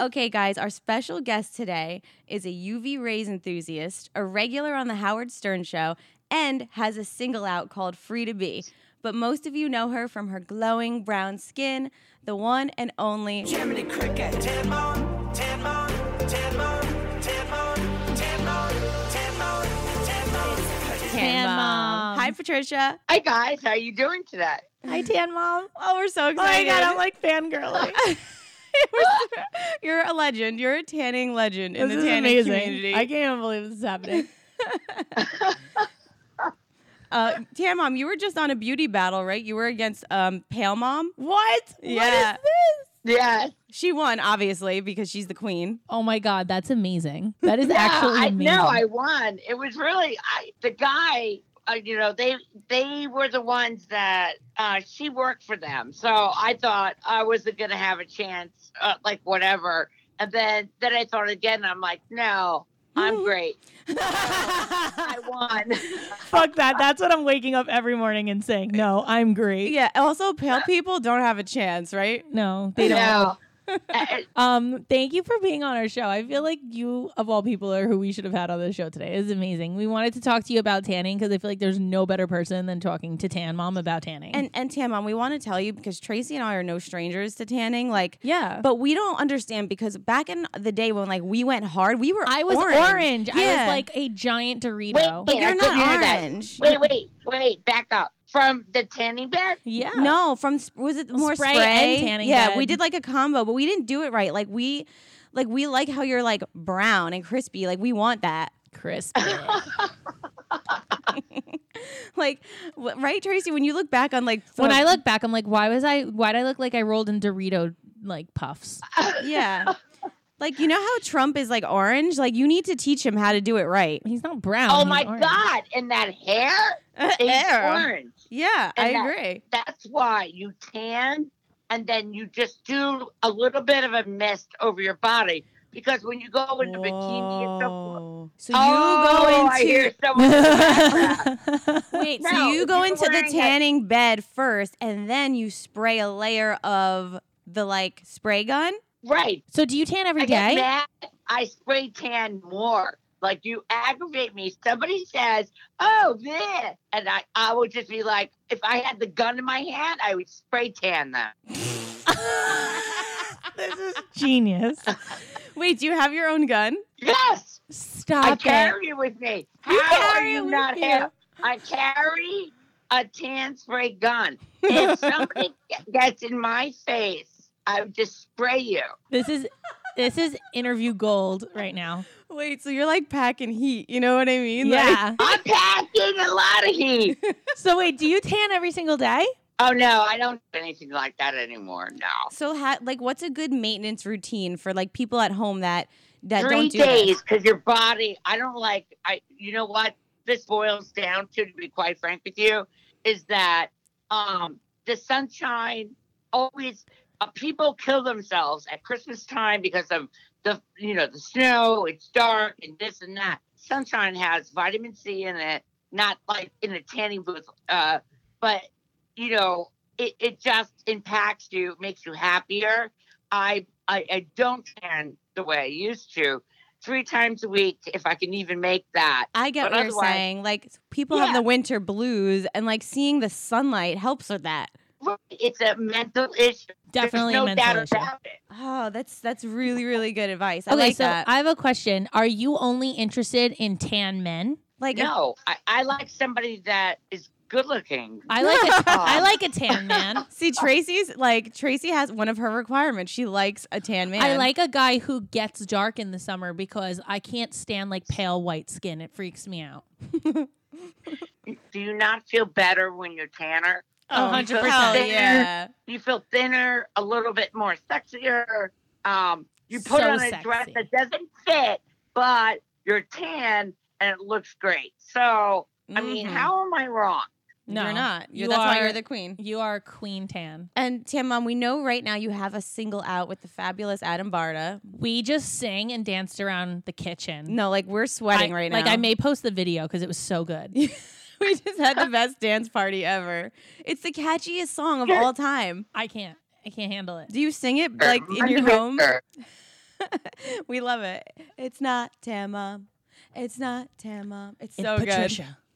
[SPEAKER 2] okay, guys, our special guest today is a UV rays enthusiast, a regular on the Howard Stern show, and has a single out called Free to Be. But most of you know her from her glowing brown skin, the one and only Tan Mom. Hi, Patricia.
[SPEAKER 8] Hi guys, how you doing today?
[SPEAKER 1] hi tan mom
[SPEAKER 2] Oh, we're so excited.
[SPEAKER 1] like fangirling
[SPEAKER 2] [laughs] We're so- You're a legend. You're a tanning legend in the tanning community.
[SPEAKER 1] can't believe this is
[SPEAKER 8] [laughs]
[SPEAKER 1] happening
[SPEAKER 2] [laughs] Uh, Tan Mom, you were just on a beauty battle, right? You were against um, Pale Mom. What? Yeah.
[SPEAKER 8] Yes.
[SPEAKER 2] She won, obviously, because she's
[SPEAKER 1] [laughs]
[SPEAKER 2] the queen. [laughs]
[SPEAKER 1] oh my god that's amazing that [laughs] is
[SPEAKER 8] No,
[SPEAKER 1] actually
[SPEAKER 8] I,
[SPEAKER 1] amazing
[SPEAKER 8] no, I won. It was really I, the guy. Uh, you know, they they were the ones that uh, she worked for them. So I thought I wasn't going to have a chance. Uh, like whatever. And then then I thought again. I'm like, no, I'm great. I
[SPEAKER 2] [laughs]
[SPEAKER 8] won.
[SPEAKER 1] Fuck that. That's what I'm waking up every morning and saying. No, I'm great.
[SPEAKER 2] Yeah. Also, pale people don't have a chance, right?
[SPEAKER 1] No, they
[SPEAKER 8] You
[SPEAKER 1] don't. [laughs]
[SPEAKER 8] know.
[SPEAKER 1] Uh,
[SPEAKER 8] And-
[SPEAKER 1] Um, thank you for being on our show. I feel like you, of all people, are who we should have had on the show today. It's amazing. We wanted to talk to you about tanning because I feel like there's no better person than talking to Tan Mom about tanning.
[SPEAKER 2] And and Tan Mom, we want to tell you because Tracy and I are no strangers to tanning. Like,
[SPEAKER 1] yeah,
[SPEAKER 2] but we don't understand because back in the day when like we went hard, we were
[SPEAKER 1] I was orange.
[SPEAKER 2] orange.
[SPEAKER 1] I
[SPEAKER 2] Yeah.
[SPEAKER 1] was like a giant Dorito.
[SPEAKER 8] wait, wait,
[SPEAKER 2] But you're
[SPEAKER 8] I couldn't hear
[SPEAKER 2] not
[SPEAKER 8] that.
[SPEAKER 2] orange.
[SPEAKER 8] Wait, wait, wait. Back up from the tanning bed.
[SPEAKER 1] yeah,
[SPEAKER 2] No, from sp- was it more
[SPEAKER 1] Spray
[SPEAKER 2] spray?
[SPEAKER 1] and tanning
[SPEAKER 2] yeah,
[SPEAKER 1] bed.
[SPEAKER 2] we did like a combo, but we didn't do it right. Like we, like we like how you're like brown and crispy. Like we want that. [laughs]
[SPEAKER 1] crisp. when
[SPEAKER 2] Like w- right, Tracy. When you look back on like some-
[SPEAKER 1] I look back, I'm like, why was I? Why did I look like I rolled in Dorito like puffs?
[SPEAKER 8] [laughs]
[SPEAKER 2] yeah. Like you know how Trump is like orange? Like you need to teach him how to do it right. [laughs]
[SPEAKER 1] He's not brown.
[SPEAKER 8] Oh
[SPEAKER 1] he's
[SPEAKER 8] my
[SPEAKER 1] orange.
[SPEAKER 8] God! And that hair is
[SPEAKER 2] Ew.
[SPEAKER 8] orange.
[SPEAKER 2] Yeah, I
[SPEAKER 8] And that-
[SPEAKER 2] agree.
[SPEAKER 8] That's why you tan and then you just do a little bit of a mist over your body because when you go into bikini and so forth.
[SPEAKER 2] Whoa. So you
[SPEAKER 8] Oh,
[SPEAKER 2] go
[SPEAKER 8] I
[SPEAKER 2] into
[SPEAKER 8] hear someone that.
[SPEAKER 2] [laughs] wait.
[SPEAKER 8] No,
[SPEAKER 2] so you
[SPEAKER 8] if
[SPEAKER 2] go
[SPEAKER 8] you're
[SPEAKER 2] into the
[SPEAKER 8] wearing a-
[SPEAKER 2] tanning bed first, and then you spray a layer of the like spray gun.
[SPEAKER 8] right.
[SPEAKER 1] So do you tan every
[SPEAKER 8] I get
[SPEAKER 1] day?
[SPEAKER 8] mad. I spray tan more. Like you aggravate me. Somebody says, "Oh, there," and I, I would just be like, if I had the gun in my hand, I would spray tan them.
[SPEAKER 4] this is genius. Wait, do you have your own gun?
[SPEAKER 8] Yes,
[SPEAKER 4] Stop
[SPEAKER 8] I
[SPEAKER 4] it.
[SPEAKER 8] carry it with me. How
[SPEAKER 4] You
[SPEAKER 8] are
[SPEAKER 4] carry
[SPEAKER 8] you
[SPEAKER 4] it
[SPEAKER 8] not
[SPEAKER 4] with you.
[SPEAKER 8] have? I carry a tan spray gun.
[SPEAKER 2] [laughs]
[SPEAKER 8] If somebody ge- gets in my face, I would just
[SPEAKER 2] [laughs]
[SPEAKER 8] spray you.
[SPEAKER 1] This is this is interview gold right now.
[SPEAKER 4] Wait, so you're like packing heat. You know what I mean? [laughs]
[SPEAKER 1] Yeah.
[SPEAKER 8] I'm packing a lot of heat.
[SPEAKER 1] [laughs] so wait, do you tan every single day?
[SPEAKER 8] Oh no, I don't do anything like that anymore. No.
[SPEAKER 2] So, ha- like, what's a good maintenance routine for like people at home that that
[SPEAKER 8] 3
[SPEAKER 2] don't do
[SPEAKER 8] days
[SPEAKER 2] This?
[SPEAKER 8] because your body. I don't like. I. You know what? This boils down to, to be quite frank with you, is that um the sunshine always. Uh, people kill themselves at Christmas time because of the you know the snow. It's dark and this and that. Sunshine has vitamin C in it, not like in a tanning booth. Uh, but you know, it, it just impacts you, makes you happier. I, I I don't tan the way I used to, three times a week if I can even make that.
[SPEAKER 2] I get
[SPEAKER 8] But
[SPEAKER 2] what you're
[SPEAKER 8] otherwise-
[SPEAKER 2] saying. Like, people have
[SPEAKER 8] Yeah.
[SPEAKER 2] the winter blues, and like seeing the sunlight helps with that.
[SPEAKER 8] Look, It's a mental issue.
[SPEAKER 1] Definitely
[SPEAKER 8] There's
[SPEAKER 1] a
[SPEAKER 8] no
[SPEAKER 1] mental
[SPEAKER 8] doubt
[SPEAKER 1] issue.
[SPEAKER 8] about it.
[SPEAKER 2] Oh, that's that's really really good advice. I
[SPEAKER 1] okay,
[SPEAKER 2] like
[SPEAKER 1] so
[SPEAKER 2] that.
[SPEAKER 1] I have a question. Are you only interested in tan men?
[SPEAKER 2] like, if-
[SPEAKER 8] No, I, I like somebody that is good looking.
[SPEAKER 1] I like
[SPEAKER 2] [laughs]
[SPEAKER 1] a, I like a tan man.
[SPEAKER 2] see, Tracy's like Tracy has one of her requirements. She likes a tan man.
[SPEAKER 1] I like a guy who gets dark in the summer because I can't stand like pale white skin. It freaks me out.
[SPEAKER 8] Do you not feel better when you're tanner?
[SPEAKER 1] Oh, 100%.
[SPEAKER 2] Hell
[SPEAKER 8] thinner.
[SPEAKER 2] yeah.
[SPEAKER 8] You feel thinner, a little bit more sexier. Um, you put
[SPEAKER 1] So
[SPEAKER 8] on a dress
[SPEAKER 1] sexy.
[SPEAKER 8] that doesn't fit, but you're tan and it looks great. So, I mean,
[SPEAKER 2] Mhm.
[SPEAKER 1] Mm-hmm.
[SPEAKER 8] how am I wrong?
[SPEAKER 1] No,
[SPEAKER 2] you're not. You're,
[SPEAKER 1] you
[SPEAKER 2] that's why
[SPEAKER 1] are-
[SPEAKER 2] you're the queen.
[SPEAKER 1] You are queen tan.
[SPEAKER 2] And Tam Mom, we know right now you have a single out with the fabulous Adam Barda.
[SPEAKER 1] We just sang and danced around the kitchen.
[SPEAKER 2] No, like we're sweating
[SPEAKER 1] I-
[SPEAKER 2] right now.
[SPEAKER 1] Like I may post the video because it was so good.
[SPEAKER 2] [laughs] we just had the best dance party ever. It's the catchiest song of all time.
[SPEAKER 1] I can't. I can't handle
[SPEAKER 2] [laughs]
[SPEAKER 1] it.
[SPEAKER 2] Do you sing it like in your home? [laughs] we love it. It's not Tam Mom. It's not Tam Mom. It's so good.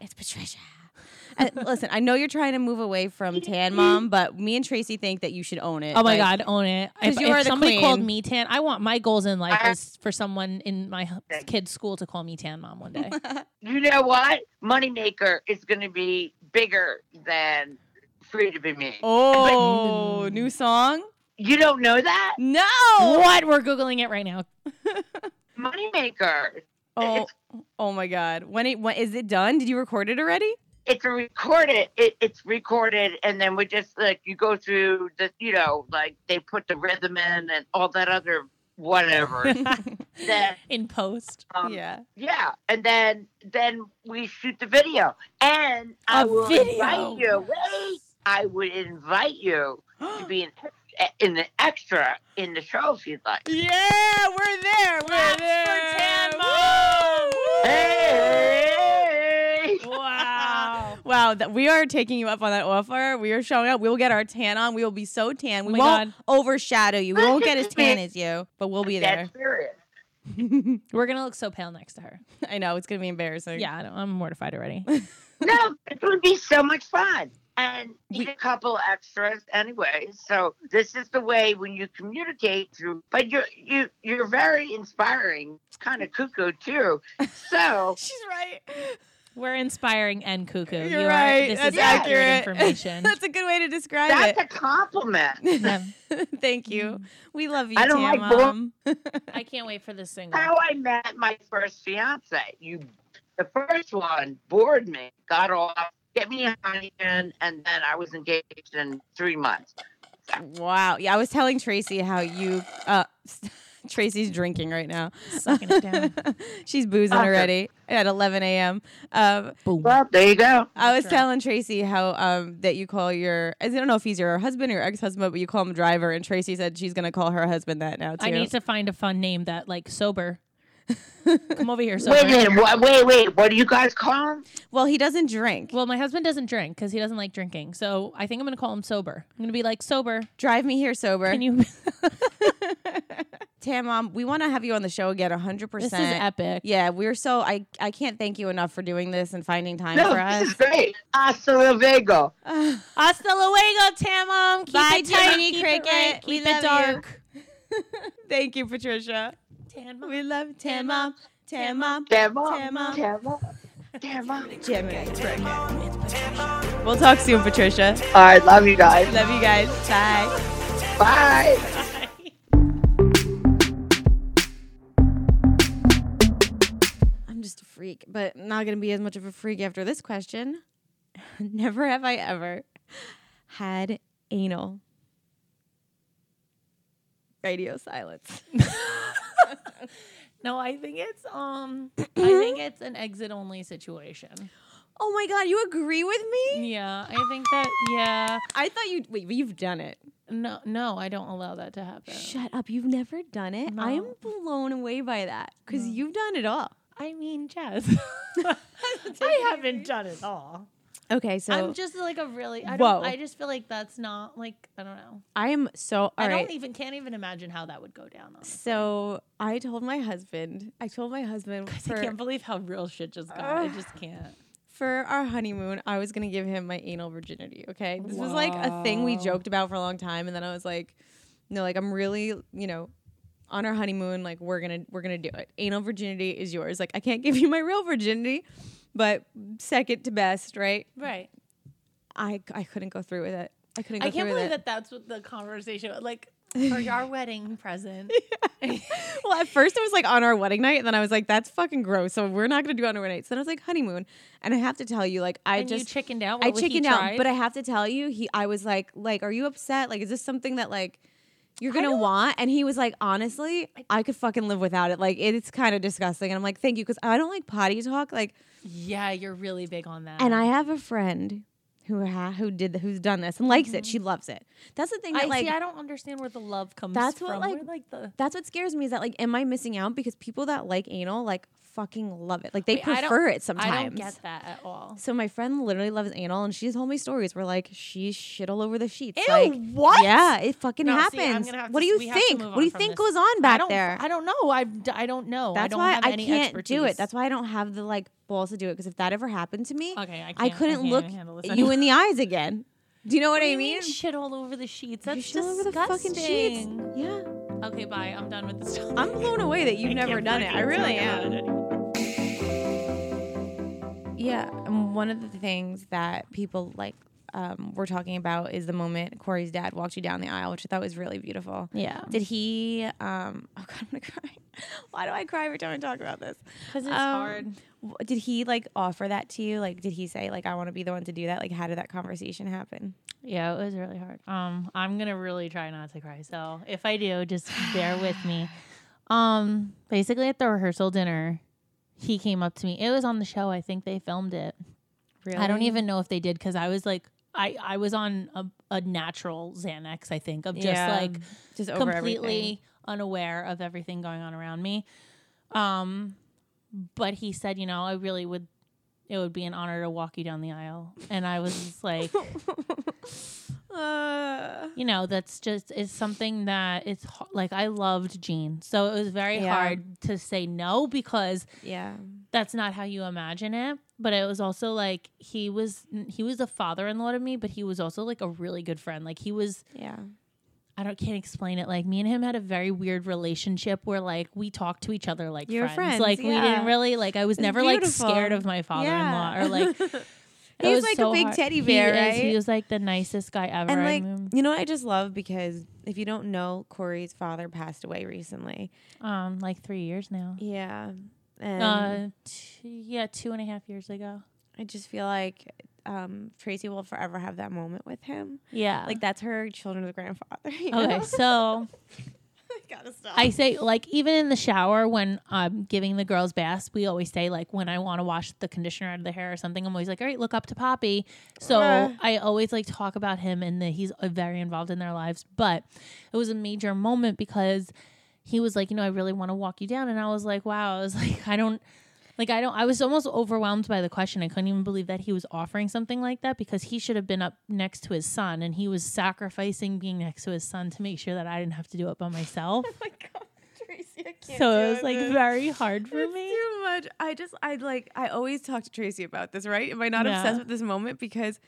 [SPEAKER 2] It's Patricia. And listen, I know you're trying to move away from Tan Mom, but me and Tracy think that you should own it.
[SPEAKER 1] Oh my
[SPEAKER 2] Like,
[SPEAKER 1] God, own it.
[SPEAKER 2] 'Cause
[SPEAKER 1] If,
[SPEAKER 2] you
[SPEAKER 1] if
[SPEAKER 2] are the
[SPEAKER 1] somebody called
[SPEAKER 2] queen.
[SPEAKER 1] me tan, I want my goals in life
[SPEAKER 8] I-
[SPEAKER 1] is for someone in my h- kid's school to call me tan mom one
[SPEAKER 2] [laughs]
[SPEAKER 1] day.
[SPEAKER 8] you know what? Moneymaker is going to be bigger than Free to Be Me.
[SPEAKER 2] Oh, new song?
[SPEAKER 8] You don't know that?
[SPEAKER 2] No. Oh.
[SPEAKER 1] what? We're Googling it right now.
[SPEAKER 8] Moneymaker.
[SPEAKER 2] Oh,
[SPEAKER 8] It's,
[SPEAKER 2] oh my God. When it when, is it done? Did you record it already?
[SPEAKER 8] it's a recorded. It, it's recorded, and then we just like you go through the, you know, like they put the rhythm in and all that other
[SPEAKER 2] [laughs]
[SPEAKER 8] whatever. that
[SPEAKER 1] in post.
[SPEAKER 8] um, yeah.
[SPEAKER 2] yeah.
[SPEAKER 8] and then then we shoot the video, and I
[SPEAKER 1] A
[SPEAKER 8] will
[SPEAKER 1] video.
[SPEAKER 8] invite you. Wait, I would invite you to be an in the extra in the show if you'd like.
[SPEAKER 2] Yeah, we're there. We're there.
[SPEAKER 8] Hey!
[SPEAKER 1] Wow.
[SPEAKER 2] Wow, that we are taking you up on that offer. We are showing up. We will get our tan on. We will be so tan. We
[SPEAKER 1] my
[SPEAKER 2] won't overshadow you. We won't get as tan as you, but we'll be there.
[SPEAKER 8] That's serious.
[SPEAKER 1] We're gonna look so pale next to her.
[SPEAKER 2] I know it's gonna be embarrassing.
[SPEAKER 1] Yeah, I don't, I'm mortified [laughs] already.
[SPEAKER 8] No, it would be so much fun. And eat a couple extras anyway. So this is the way when you communicate through but you're you you're very inspiring. It's kind of cuckoo
[SPEAKER 2] [laughs]
[SPEAKER 8] too. So
[SPEAKER 2] she's right.
[SPEAKER 1] We're inspiring and cuckoo. You
[SPEAKER 2] You're
[SPEAKER 1] are-
[SPEAKER 2] right.
[SPEAKER 1] this
[SPEAKER 2] That's
[SPEAKER 1] is accurate, [laughs]
[SPEAKER 2] accurate.
[SPEAKER 1] information.
[SPEAKER 2] [laughs] That's a good way to describe
[SPEAKER 8] that's a
[SPEAKER 2] [laughs]
[SPEAKER 8] compliment.
[SPEAKER 2] it.
[SPEAKER 1] Yeah.
[SPEAKER 2] Thank you. We love you,
[SPEAKER 8] I don't
[SPEAKER 2] Tam
[SPEAKER 8] like bull-
[SPEAKER 2] Mom.
[SPEAKER 1] I can't wait for this single.
[SPEAKER 8] How I met my first fiance. You the first one bored me, got off, get me a honeymoon, and then I was engaged in three months.
[SPEAKER 2] Wow. Yeah, I was telling Tracy how you uh [laughs] Tracy's drinking right now.
[SPEAKER 1] Sucking it down.
[SPEAKER 2] [laughs] She's boozing
[SPEAKER 8] Awesome.
[SPEAKER 2] already at 11 a.m. Um,
[SPEAKER 1] Boom.
[SPEAKER 8] Well, there you go.
[SPEAKER 2] I
[SPEAKER 1] That's
[SPEAKER 2] was
[SPEAKER 1] right.
[SPEAKER 2] telling Tracy how um, that you call your I don't know if he's your husband or your ex husband, but you call him driver. And Tracy said she's gonna call her husband that now too.
[SPEAKER 1] I need to find a fun name that like sober.
[SPEAKER 4] Come over
[SPEAKER 1] [laughs]
[SPEAKER 4] here.
[SPEAKER 8] Wait a minute. Wha- Wait, wait. What do you guys call him?
[SPEAKER 2] Well, he doesn't drink.
[SPEAKER 1] Well, my husband doesn't drink because he doesn't like drinking. So I think I'm going to call him sober. I'm going to be like, sober.
[SPEAKER 2] Drive me here sober.
[SPEAKER 1] Can you? [laughs]
[SPEAKER 2] Tam, mom, we want to have you on the show again 100%.
[SPEAKER 1] this is epic.
[SPEAKER 2] Yeah, we're so I I can't thank you enough for doing this and finding time
[SPEAKER 8] No,
[SPEAKER 2] for
[SPEAKER 8] this is
[SPEAKER 2] us.
[SPEAKER 8] great. Hasta luego.
[SPEAKER 1] Hasta luego, Tamum. Keep
[SPEAKER 2] Bye,
[SPEAKER 1] it tight,
[SPEAKER 2] Tiny
[SPEAKER 1] keep
[SPEAKER 2] Cricket.
[SPEAKER 1] It right,
[SPEAKER 2] We
[SPEAKER 1] keep
[SPEAKER 2] love
[SPEAKER 1] it dark.
[SPEAKER 2] Thank you, Patricia.
[SPEAKER 1] Tan
[SPEAKER 2] We love Tam, mom. Tam, mom.
[SPEAKER 8] Damn mom.
[SPEAKER 2] Damn mom.
[SPEAKER 8] Damn mom. Damn mom.
[SPEAKER 2] We'll talk soon, Patricia.
[SPEAKER 8] All right. Love you guys.
[SPEAKER 2] Love you guys. Bye.
[SPEAKER 8] Bye.
[SPEAKER 2] I'm just a freak, but not going to be as much of a freak after this question. [laughs] Never have I ever had anal. Radio silence.
[SPEAKER 1] No, I think it's um, [clears throat] I think it's an exit only situation.
[SPEAKER 2] Oh my god, you agree with me?
[SPEAKER 1] Yeah, I think that. Yeah,
[SPEAKER 2] I thought you wait, but you've done it.
[SPEAKER 1] no, no, I don't allow that to happen.
[SPEAKER 2] Shut up. You've never done it. I am
[SPEAKER 1] No.
[SPEAKER 2] blown away by that cuz you've done it all.
[SPEAKER 1] I mean, [laughs] Jess, I haven't done it all.
[SPEAKER 2] Okay, so
[SPEAKER 1] I'm just like a really. I
[SPEAKER 2] Whoa.
[SPEAKER 1] don't. I just feel like that's not like I don't know.
[SPEAKER 2] I am so all
[SPEAKER 1] I
[SPEAKER 2] right.
[SPEAKER 1] don't e-, even can't even imagine how that would go down. Honestly.
[SPEAKER 2] so I told my husband, I told my husband
[SPEAKER 1] I
[SPEAKER 2] for-
[SPEAKER 1] can't believe how real shit just got. I just can't.
[SPEAKER 2] for our honeymoon, I was gonna give him my anal virginity. Okay, this was like a thing we joked about for a long time, and then I was like, no, like I'm really, you know, on our honeymoon, like we're gonna we're gonna do it. Anal virginity is yours. Like I can't give you my real virginity, but second to best, right?
[SPEAKER 1] [laughs] Right.
[SPEAKER 2] I I couldn't go through with it. I couldn't. Go
[SPEAKER 1] I can't
[SPEAKER 2] through
[SPEAKER 1] believe
[SPEAKER 2] with it.
[SPEAKER 1] that that's what the conversation
[SPEAKER 2] [laughs]
[SPEAKER 1] like for our wedding present.
[SPEAKER 2] well, at first it was like on our wedding night, and then I was like, that's fucking gross. So we're not gonna do it on our wedding night. So then I was like honeymoon, and I have to tell you, like I
[SPEAKER 1] and
[SPEAKER 2] just
[SPEAKER 1] you chickened out.
[SPEAKER 2] I
[SPEAKER 1] What was he
[SPEAKER 2] chickened out,
[SPEAKER 1] tried?
[SPEAKER 2] but I have to tell you, he I was like, like, are you upset? Like, is this something that like you're gonna
[SPEAKER 1] don't-
[SPEAKER 2] want? And he was like, honestly, I could fucking live without it. Like, it's kind of disgusting. And I'm like, thank you, because I don't like potty talk. Like,
[SPEAKER 1] yeah, you're really big on that.
[SPEAKER 2] and I have a friend who ha- who did th- who's done this and likes it. She loves it. That's the thing that
[SPEAKER 1] Mm-hmm. I
[SPEAKER 2] like
[SPEAKER 1] see. I don't understand where the love comes.
[SPEAKER 2] That's what,
[SPEAKER 1] from.
[SPEAKER 2] like-
[SPEAKER 1] Where, like the.
[SPEAKER 2] that's what scares me is that like, am I missing out? Because people that like anal like fucking love it. Like they
[SPEAKER 1] I don't-
[SPEAKER 2] prefer it sometimes.
[SPEAKER 1] I don't get that at all.
[SPEAKER 2] So my friend literally loves anal, and she's told me stories where like she shit all over the sheets.
[SPEAKER 1] Ew,
[SPEAKER 2] like,
[SPEAKER 1] what?
[SPEAKER 2] Yeah, it fucking
[SPEAKER 1] No, see, I'm
[SPEAKER 2] happens.
[SPEAKER 1] gonna have
[SPEAKER 2] what
[SPEAKER 1] to-
[SPEAKER 2] do you
[SPEAKER 1] we have to
[SPEAKER 2] think?
[SPEAKER 1] move
[SPEAKER 2] What do
[SPEAKER 1] on
[SPEAKER 2] you
[SPEAKER 1] from
[SPEAKER 2] think
[SPEAKER 1] this.
[SPEAKER 2] goes on
[SPEAKER 1] I
[SPEAKER 2] back
[SPEAKER 1] don't,
[SPEAKER 2] there?
[SPEAKER 1] I don't know. I've. d- I don't know.
[SPEAKER 2] That's
[SPEAKER 1] I don't
[SPEAKER 2] why
[SPEAKER 1] have
[SPEAKER 2] I
[SPEAKER 1] any
[SPEAKER 2] can't
[SPEAKER 1] expertise.
[SPEAKER 2] do it. That's why I don't have the like balls to do it. Because if that ever happened to me,
[SPEAKER 1] Okay, I, can't,
[SPEAKER 2] I couldn't
[SPEAKER 1] can't
[SPEAKER 2] look
[SPEAKER 1] handle this
[SPEAKER 2] you
[SPEAKER 1] anymore.
[SPEAKER 2] in the eyes again. Do you know what,
[SPEAKER 1] What do
[SPEAKER 2] I
[SPEAKER 1] you
[SPEAKER 2] mean?
[SPEAKER 1] mean? Shit all over the sheets.
[SPEAKER 2] You
[SPEAKER 1] That's
[SPEAKER 2] shit all over the fucking sheets.
[SPEAKER 1] disgusting.
[SPEAKER 2] Yeah,
[SPEAKER 1] Okay, bye. I'm done with this. [laughs]
[SPEAKER 2] I'm blown away that you've never done it. I really am. Yeah, and one of the things that people like um, were talking about is the moment Corey's dad walked you down the aisle, which I thought was really beautiful.
[SPEAKER 1] Yeah,
[SPEAKER 2] Did he? Um, [laughs] oh God, I'm gonna cry. Why do I cry every time I talk about this?
[SPEAKER 1] because it's
[SPEAKER 2] Um,
[SPEAKER 1] hard.
[SPEAKER 2] w- Did he like offer that to you? Like, did he say like I want to be the one to do that? Like, how did that conversation happen?
[SPEAKER 1] Yeah, it was really hard. Um, I'm gonna really try not to cry. So if I do, just bear with me. Um, basically at the rehearsal dinner, he came up to me. It was on the show. I think they filmed it.
[SPEAKER 2] Really?
[SPEAKER 1] I don't even know if they did because I was like, I I was on a, a natural Xanax. I think of just
[SPEAKER 2] Yeah.
[SPEAKER 1] like
[SPEAKER 2] just over everything.
[SPEAKER 1] completely unaware of everything going on around me. Um, but he said, you know, I really would. It would be an honor to walk you down the aisle, and I was just
[SPEAKER 2] [laughs]
[SPEAKER 1] like.
[SPEAKER 2] Uh,
[SPEAKER 1] you know that's just is something that it's h- like i loved gene so it was very
[SPEAKER 2] Yeah.
[SPEAKER 1] hard to say no because
[SPEAKER 2] yeah,
[SPEAKER 1] that's not how you imagine it but it was also like he was he was a father-in-law to me but he was also like a really good friend like he was
[SPEAKER 2] yeah.
[SPEAKER 1] i don't can't explain it like me and him had a very weird relationship where like we talked to each other like
[SPEAKER 2] You were
[SPEAKER 1] friends.
[SPEAKER 2] friends,
[SPEAKER 1] like we
[SPEAKER 2] yeah.
[SPEAKER 1] didn't really like i was
[SPEAKER 2] It's
[SPEAKER 1] never
[SPEAKER 2] beautiful.
[SPEAKER 1] like scared of my father-in-law
[SPEAKER 2] Yeah.
[SPEAKER 1] or
[SPEAKER 2] [laughs]
[SPEAKER 1] like it
[SPEAKER 2] He's
[SPEAKER 1] was
[SPEAKER 2] like a
[SPEAKER 1] so
[SPEAKER 2] big
[SPEAKER 1] hard.
[SPEAKER 2] teddy
[SPEAKER 1] He
[SPEAKER 2] bear,
[SPEAKER 1] is.
[SPEAKER 2] right?
[SPEAKER 1] he was like the nicest guy ever
[SPEAKER 2] and
[SPEAKER 1] I
[SPEAKER 2] like
[SPEAKER 1] mean,
[SPEAKER 2] you know what I just love because if you don't know, Corey's father passed away recently.
[SPEAKER 1] um like three years now
[SPEAKER 2] Yeah, and
[SPEAKER 1] Uh, t- yeah, two and a half years ago.
[SPEAKER 2] I just feel like um, Tracy will forever have that moment with him.
[SPEAKER 1] Yeah.
[SPEAKER 2] Like that's her children's grandfather. [laughs] You
[SPEAKER 1] okay,
[SPEAKER 2] know?
[SPEAKER 1] so
[SPEAKER 2] gotta stop. [laughs]
[SPEAKER 1] I say like even in the shower when I'm giving the girls baths, we always say like when I want to wash the conditioner out of the hair or something, I'm always like, all right, look up to Poppy. So
[SPEAKER 2] Uh.
[SPEAKER 1] I always like talk about him and that he's uh, very involved in their lives. But it was a major moment because he was like, you know, I really want to walk you down. And I was like, wow. I was [laughs] like, I don't, like, I don't, I was almost overwhelmed by the question. I couldn't even believe that he was offering something like that because he should have been up next to his son and he was sacrificing being next to his son to make sure that I didn't have to do it by myself.
[SPEAKER 2] Oh my god, Tracy, I can't.
[SPEAKER 1] so it
[SPEAKER 2] do
[SPEAKER 1] was like [laughs]
[SPEAKER 2] this.
[SPEAKER 1] very hard for
[SPEAKER 2] It's
[SPEAKER 1] me.
[SPEAKER 2] too much. I just, I like, I always talk to Tracy about this, right? Am I not
[SPEAKER 1] Yeah.
[SPEAKER 2] obsessed with this moment because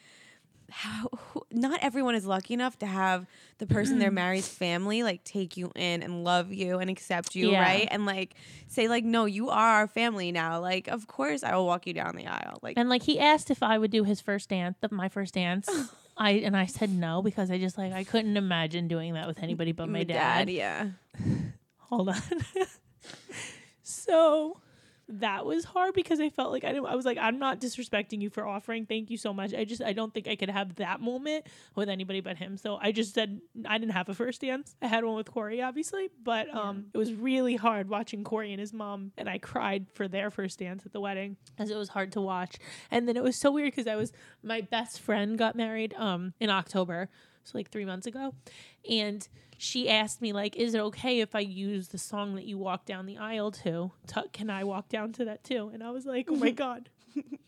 [SPEAKER 2] how, who, not everyone is lucky enough to have the person
[SPEAKER 1] Mm.
[SPEAKER 2] they're married's family like take you in and love you and accept you,
[SPEAKER 1] Yeah.
[SPEAKER 2] right? And like say like, no, you are our family now. Like, of course, I will walk you down the aisle. Like,
[SPEAKER 1] And like he asked if I would do his first dance, the, my first dance. I and I said no because I just like I couldn't imagine doing that with anybody but my, dad.
[SPEAKER 2] yeah.
[SPEAKER 1] Hold on. [laughs] so that was hard because I felt like I didn't I was like I'm not disrespecting you for offering. Thank you so much. I just I don't think I could have that moment with anybody but him. So I just said I didn't have a first dance. I had one with Corey obviously, but um it was really hard watching Corey and his mom and I cried for their first dance at the wedding as it was hard to watch. And then it was so weird because I was my best friend got married um in October, so like three months ago, and she asked me like, "Is it okay if I use the song that you walk down the aisle to? Tuck, can I walk down to that too?" And I was like, "Oh my god!"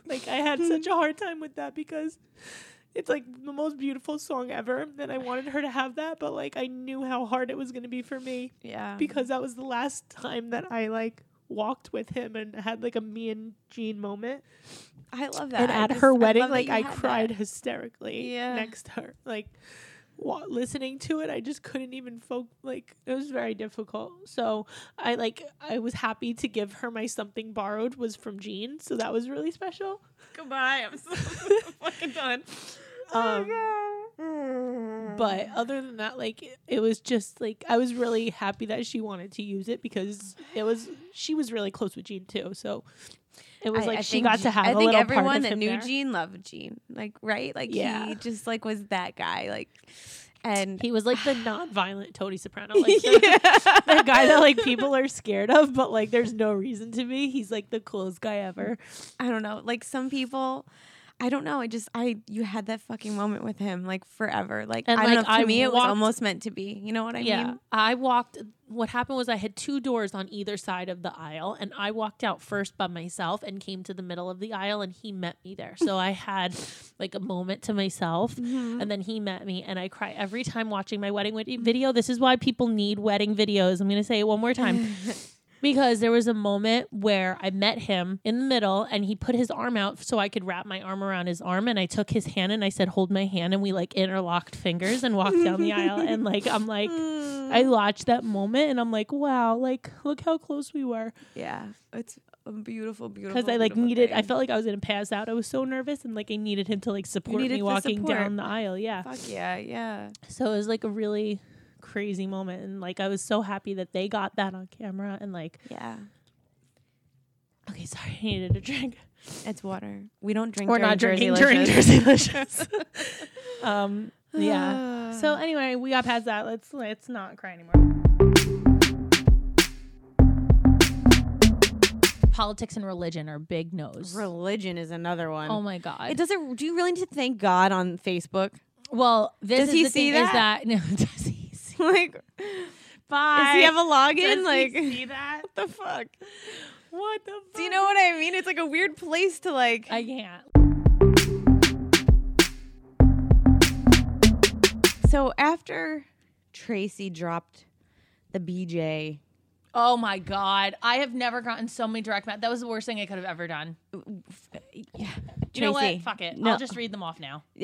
[SPEAKER 1] like I had such a hard time with that because. It's like the most beautiful song ever, and I wanted her to have that, but like I knew how hard it was going to be for me
[SPEAKER 2] Yeah.
[SPEAKER 1] because that was the last time that I like walked with him and had like a me and Gene moment.
[SPEAKER 2] I love that.
[SPEAKER 1] and
[SPEAKER 2] I
[SPEAKER 1] at
[SPEAKER 2] just-
[SPEAKER 1] her
[SPEAKER 2] I
[SPEAKER 1] wedding,
[SPEAKER 2] love that
[SPEAKER 1] like
[SPEAKER 2] you
[SPEAKER 1] I
[SPEAKER 2] had that.
[SPEAKER 1] cried hysterically
[SPEAKER 2] Yeah.
[SPEAKER 1] next to her. Like wa- listening to it, I just couldn't even fo- like it was very difficult. So I like I was happy to give her my something borrowed was from Gene, so that was really special.
[SPEAKER 2] Goodbye. I'm so
[SPEAKER 1] [laughs]
[SPEAKER 2] [laughs] fucking done. Oh
[SPEAKER 1] Um, but other than that like it, it was just like i was really happy that she wanted to use it because it was she was really close with gene too so it was
[SPEAKER 2] I-
[SPEAKER 1] like
[SPEAKER 2] I
[SPEAKER 1] she
[SPEAKER 2] think
[SPEAKER 1] got
[SPEAKER 2] Je-
[SPEAKER 1] to have
[SPEAKER 2] I
[SPEAKER 1] a
[SPEAKER 2] think
[SPEAKER 1] little
[SPEAKER 2] everyone
[SPEAKER 1] part of
[SPEAKER 2] that
[SPEAKER 1] him
[SPEAKER 2] knew
[SPEAKER 1] there.
[SPEAKER 2] Gene loved Gene, like right, like
[SPEAKER 1] Yeah.
[SPEAKER 2] he just like was that guy, like, [laughs] and
[SPEAKER 1] he was like [sighs] the non-violent tony [laughs] soprano like the, [laughs] the guy that like people are scared of but like there's no reason to be he's like the coolest guy ever
[SPEAKER 2] [laughs] I don't know, like some people. I don't know. I just I you had that fucking moment with him like forever. Like
[SPEAKER 1] And,
[SPEAKER 2] I don't
[SPEAKER 1] like,
[SPEAKER 2] know. To
[SPEAKER 1] I
[SPEAKER 2] me, it was
[SPEAKER 1] walked-
[SPEAKER 2] almost meant to be. You know what I mean?
[SPEAKER 1] I walked. What happened was I had two doors on either side of the aisle, and I walked out first by myself and came to the middle of the aisle, and he met me there. So I had like a moment to myself, and then he met me, and I cry every time watching my wedding vid- video. This is why people need wedding videos. I'm going to say it one more time. Because there was a moment where I met him in the middle and he put his arm out so I could wrap my arm around his arm. And I took his hand and I said, Hold my hand. And we like interlocked fingers and walked down the aisle. And like, I'm like, I watched that moment and I'm like, Wow, like, look how close we were.
[SPEAKER 2] [sighs] Yeah. It's a beautiful, beautiful.
[SPEAKER 1] Because I like
[SPEAKER 2] beautiful
[SPEAKER 1] needed, I
[SPEAKER 2] thing.
[SPEAKER 1] felt like I was going to pass out. I was so nervous and like I needed him to like support
[SPEAKER 2] needed
[SPEAKER 1] me
[SPEAKER 2] the
[SPEAKER 1] walking
[SPEAKER 2] support.
[SPEAKER 1] down the aisle. Yeah.
[SPEAKER 2] Fuck yeah, yeah.
[SPEAKER 1] So it was like a really crazy moment. And like, I was so happy that they got that on camera. And like,
[SPEAKER 2] Yeah.
[SPEAKER 1] okay, sorry, [laughs] I needed a drink.
[SPEAKER 2] It's water. We don't drink.
[SPEAKER 1] We're
[SPEAKER 2] during
[SPEAKER 1] not
[SPEAKER 2] Jersey
[SPEAKER 1] drinking during
[SPEAKER 2] Licious.
[SPEAKER 1] Jersey
[SPEAKER 2] [laughs]
[SPEAKER 1] Licious. um,
[SPEAKER 2] [sighs]
[SPEAKER 1] yeah. So anyway, we got past that. Let's let's not cry anymore. Politics and religion are big no's.
[SPEAKER 2] Religion is another one.
[SPEAKER 1] Oh my god.
[SPEAKER 2] It doesn't. Do you really need to thank God on Facebook? [laughs]
[SPEAKER 1] well, this
[SPEAKER 2] Does
[SPEAKER 1] is
[SPEAKER 2] he
[SPEAKER 1] the
[SPEAKER 2] see
[SPEAKER 1] thing is that [laughs] no,
[SPEAKER 2] [laughs]
[SPEAKER 1] does he see?
[SPEAKER 2] like,
[SPEAKER 1] Bye.
[SPEAKER 2] does he have a
[SPEAKER 1] Does
[SPEAKER 2] login?
[SPEAKER 1] he
[SPEAKER 2] Like,
[SPEAKER 1] see that?
[SPEAKER 2] what the fuck?
[SPEAKER 1] What the? Fuck?
[SPEAKER 2] [laughs] Do you know what I mean? It's like a weird place to like.
[SPEAKER 1] I can't.
[SPEAKER 2] so after Tracy dropped the BJ,
[SPEAKER 1] Oh my god! I have never gotten so many direct. Ma- that was the worst thing I could have ever done.
[SPEAKER 2] yeah,
[SPEAKER 1] You know what? Fuck it. I'll just read them off now. [laughs]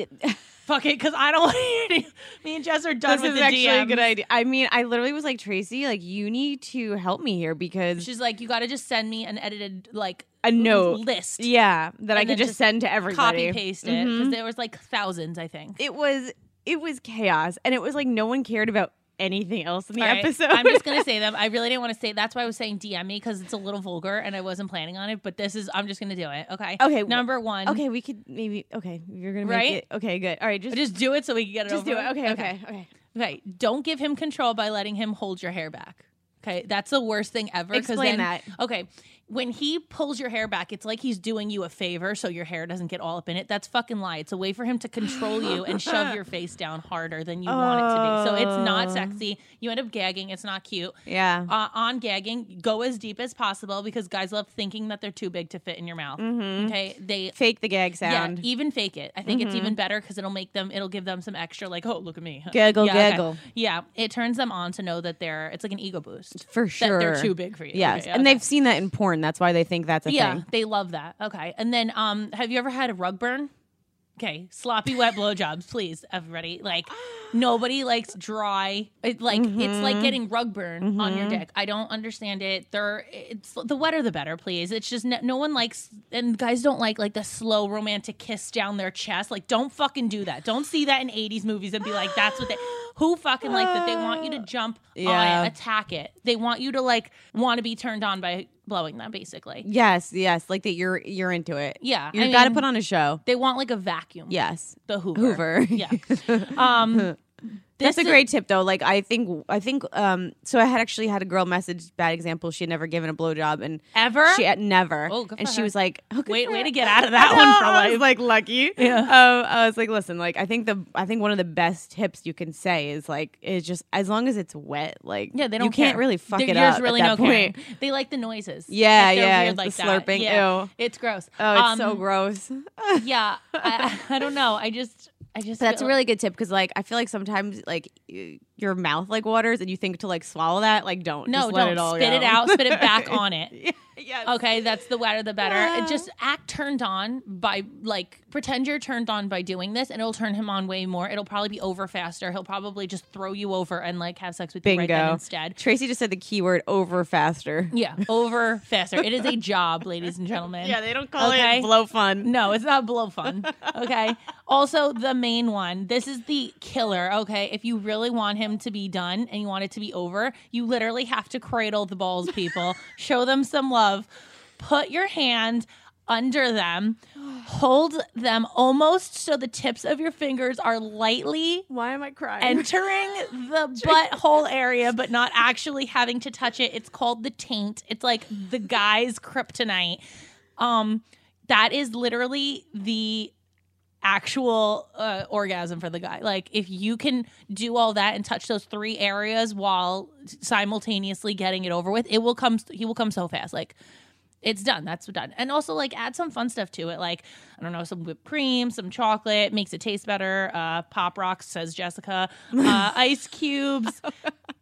[SPEAKER 1] Fuck it, because I don't want to hear any. Me and Jess are done
[SPEAKER 2] this
[SPEAKER 1] with
[SPEAKER 2] is
[SPEAKER 1] the
[SPEAKER 2] actually
[SPEAKER 1] DMs.
[SPEAKER 2] a good idea. I mean, I literally was like Tracy, like you need to help me here because
[SPEAKER 1] She's like, you got to just send me an edited like
[SPEAKER 2] a note,
[SPEAKER 1] list,
[SPEAKER 2] yeah, that I
[SPEAKER 1] And then
[SPEAKER 2] could just,
[SPEAKER 1] just
[SPEAKER 2] send to everybody.
[SPEAKER 1] copy paste it, because
[SPEAKER 2] Mhm.
[SPEAKER 1] there was like thousands, I think.
[SPEAKER 2] It was it was chaos, and it was like no one cared about anything else in the
[SPEAKER 1] All right,
[SPEAKER 2] episode.
[SPEAKER 1] I'm just
[SPEAKER 2] [laughs]
[SPEAKER 1] gonna say them. I really didn't want to say. That's why I was saying DM me because it's a little vulgar and I wasn't planning on it. But this is. I'm just gonna do it. Okay.
[SPEAKER 2] Okay, wh-
[SPEAKER 1] Number one.
[SPEAKER 2] Okay, we could maybe. Okay, you're gonna
[SPEAKER 1] Mm-hmm. Right?
[SPEAKER 2] make it. Okay, good. All right, just
[SPEAKER 1] Just do it so we can get it.
[SPEAKER 2] just do
[SPEAKER 1] over
[SPEAKER 2] it.
[SPEAKER 1] with.
[SPEAKER 2] Okay, okay, okay.
[SPEAKER 1] Okay. Don't give him control by letting him hold your hair back. Okay, that's the worst thing ever. 'cause
[SPEAKER 2] Explain
[SPEAKER 1] then-
[SPEAKER 2] that.
[SPEAKER 1] Okay, When he pulls your hair back, it's like he's doing you a favor so your hair doesn't get all up in it. That's fucking lie. It's a way for him to control you and shove
[SPEAKER 2] [laughs]
[SPEAKER 1] your face down harder than you want it to be. So it's not
[SPEAKER 2] Oh.
[SPEAKER 1] sexy. You end up gagging. It's not cute.
[SPEAKER 2] Yeah.
[SPEAKER 1] Uh, on gagging, go as deep as possible because guys love thinking that they're too big to fit in your mouth.
[SPEAKER 2] Mhm.
[SPEAKER 1] Okay, they
[SPEAKER 2] Fake the gag sound.
[SPEAKER 1] yeah, e- even fake it. I think it's
[SPEAKER 2] Mhm.
[SPEAKER 1] even better because it'll make them, it'll give them some extra, like, oh, look at me. [laughs]
[SPEAKER 2] Gaggle,
[SPEAKER 1] yeah, okay.
[SPEAKER 2] gaggle.
[SPEAKER 1] Yeah, it turns them on to know that they're, it's like an ego boost.
[SPEAKER 2] For sure.
[SPEAKER 1] That they're too big for you.
[SPEAKER 2] Yes.
[SPEAKER 1] Okay,
[SPEAKER 2] and
[SPEAKER 1] okay.
[SPEAKER 2] they've seen that in porn. That's why they think that's a
[SPEAKER 1] yeah,
[SPEAKER 2] thing.
[SPEAKER 1] they love that. Okay. And then, um, have you ever had a rug burn? Okay, sloppy wet blowjobs, please, everybody. Like, nobody likes dry. It, like, it's like
[SPEAKER 2] Mhm.
[SPEAKER 1] getting rug burn on your
[SPEAKER 2] Mhm.
[SPEAKER 1] dick. I don't understand it. They're it's the wetter the better, please. It's just no, no one likes, and guys don't like like the slow romantic kiss down their chest. Like, don't fucking do that. Don't see that in '80s movies and be like, that's
[SPEAKER 2] [gasps]
[SPEAKER 1] what they. Who fucking like that? They want you to jump
[SPEAKER 2] Yeah.
[SPEAKER 1] on it, attack it. They want you to like want to be turned on by blowing them, basically.
[SPEAKER 2] Yes, yes. Like that you're you're into it.
[SPEAKER 1] Yeah,
[SPEAKER 2] You
[SPEAKER 1] I
[SPEAKER 2] gotta
[SPEAKER 1] mean-
[SPEAKER 2] put on a show.
[SPEAKER 1] They want like a vacuum.
[SPEAKER 2] Yes.
[SPEAKER 1] The Hoover.
[SPEAKER 2] Hoover. [laughs] Uh-huh.
[SPEAKER 1] Yeah. Um
[SPEAKER 2] That's
[SPEAKER 1] this
[SPEAKER 2] a great tip though. Like I think I think um so I had actually had a girl message bad example. She had never given a blowjob and
[SPEAKER 1] ever
[SPEAKER 2] she had never.
[SPEAKER 1] Oh, good
[SPEAKER 2] and
[SPEAKER 1] for
[SPEAKER 2] she
[SPEAKER 1] her.
[SPEAKER 2] was like, oh, good
[SPEAKER 1] wait,
[SPEAKER 2] for
[SPEAKER 1] way
[SPEAKER 2] her.
[SPEAKER 1] to get out of that
[SPEAKER 2] [laughs] I
[SPEAKER 1] one
[SPEAKER 2] know,
[SPEAKER 1] for
[SPEAKER 2] I
[SPEAKER 1] life.
[SPEAKER 2] was like lucky.
[SPEAKER 1] Yeah.
[SPEAKER 2] Um, I was like, listen, like I think the I think one of the best tips you can say is like is just as long as it's wet, like
[SPEAKER 1] yeah, they don't
[SPEAKER 2] you can't
[SPEAKER 1] care.
[SPEAKER 2] really fuck
[SPEAKER 1] Their
[SPEAKER 2] it
[SPEAKER 1] ears
[SPEAKER 2] up.
[SPEAKER 1] really
[SPEAKER 2] at
[SPEAKER 1] no
[SPEAKER 2] that point.
[SPEAKER 1] care. They like the noises.
[SPEAKER 2] Yeah,
[SPEAKER 1] Like, they're
[SPEAKER 2] yeah,
[SPEAKER 1] weird
[SPEAKER 2] the
[SPEAKER 1] like
[SPEAKER 2] slurping,
[SPEAKER 1] That. Yeah.
[SPEAKER 2] ew.
[SPEAKER 1] It's gross.
[SPEAKER 2] Oh, it's so
[SPEAKER 1] Um,
[SPEAKER 2] gross.
[SPEAKER 1] [laughs] Yeah. I, I don't know. I just I just
[SPEAKER 2] So that's a
[SPEAKER 1] feel-
[SPEAKER 2] really good tip because, like, I feel like sometimes, like, y- your mouth like waters, and you think to like swallow that. Like, don't.
[SPEAKER 1] No,
[SPEAKER 2] Just let
[SPEAKER 1] don't
[SPEAKER 2] it all
[SPEAKER 1] spit it
[SPEAKER 2] go.
[SPEAKER 1] out, spit it
[SPEAKER 2] [laughs]
[SPEAKER 1] back on it.
[SPEAKER 2] Yeah, yes.
[SPEAKER 1] Okay, that's the wetter the better.
[SPEAKER 2] Yeah.
[SPEAKER 1] It uh, Just act turned on by like pretend you're turned on by doing this, and it'll turn him on way more. It'll probably be over faster. He'll probably just throw you over and like have sex with you right then
[SPEAKER 2] Bingo.
[SPEAKER 1] instead.
[SPEAKER 2] Tracy just said the keyword over faster.
[SPEAKER 1] Yeah, over faster. It is a job, ladies and gentlemen.
[SPEAKER 2] they don't call
[SPEAKER 1] Okay.
[SPEAKER 2] blow fun.
[SPEAKER 1] No, it's not blow fun. Okay. also, the main one. This is the killer. Okay. If you really want him to be done and you want it to be over, you literally have to cradle the balls, people. Show them some love. Put your hand under them. Hold them almost so the tips of your fingers are lightly
[SPEAKER 2] Why am I crying?
[SPEAKER 1] entering the butthole area but not actually having to touch it. It's called the taint. It's like the guy's kryptonite. Um that is literally the actual uh, orgasm for the guy. Like if you can do all that and touch those three areas while simultaneously getting it over with, it will come he will come so fast. Like it's done. That's done. And also like add some fun stuff to it. Like, I don't know, some whipped cream, some chocolate, makes it taste better. Uh pop rocks, says
[SPEAKER 2] [laughs]
[SPEAKER 1] Jessica. Uh ice cubes.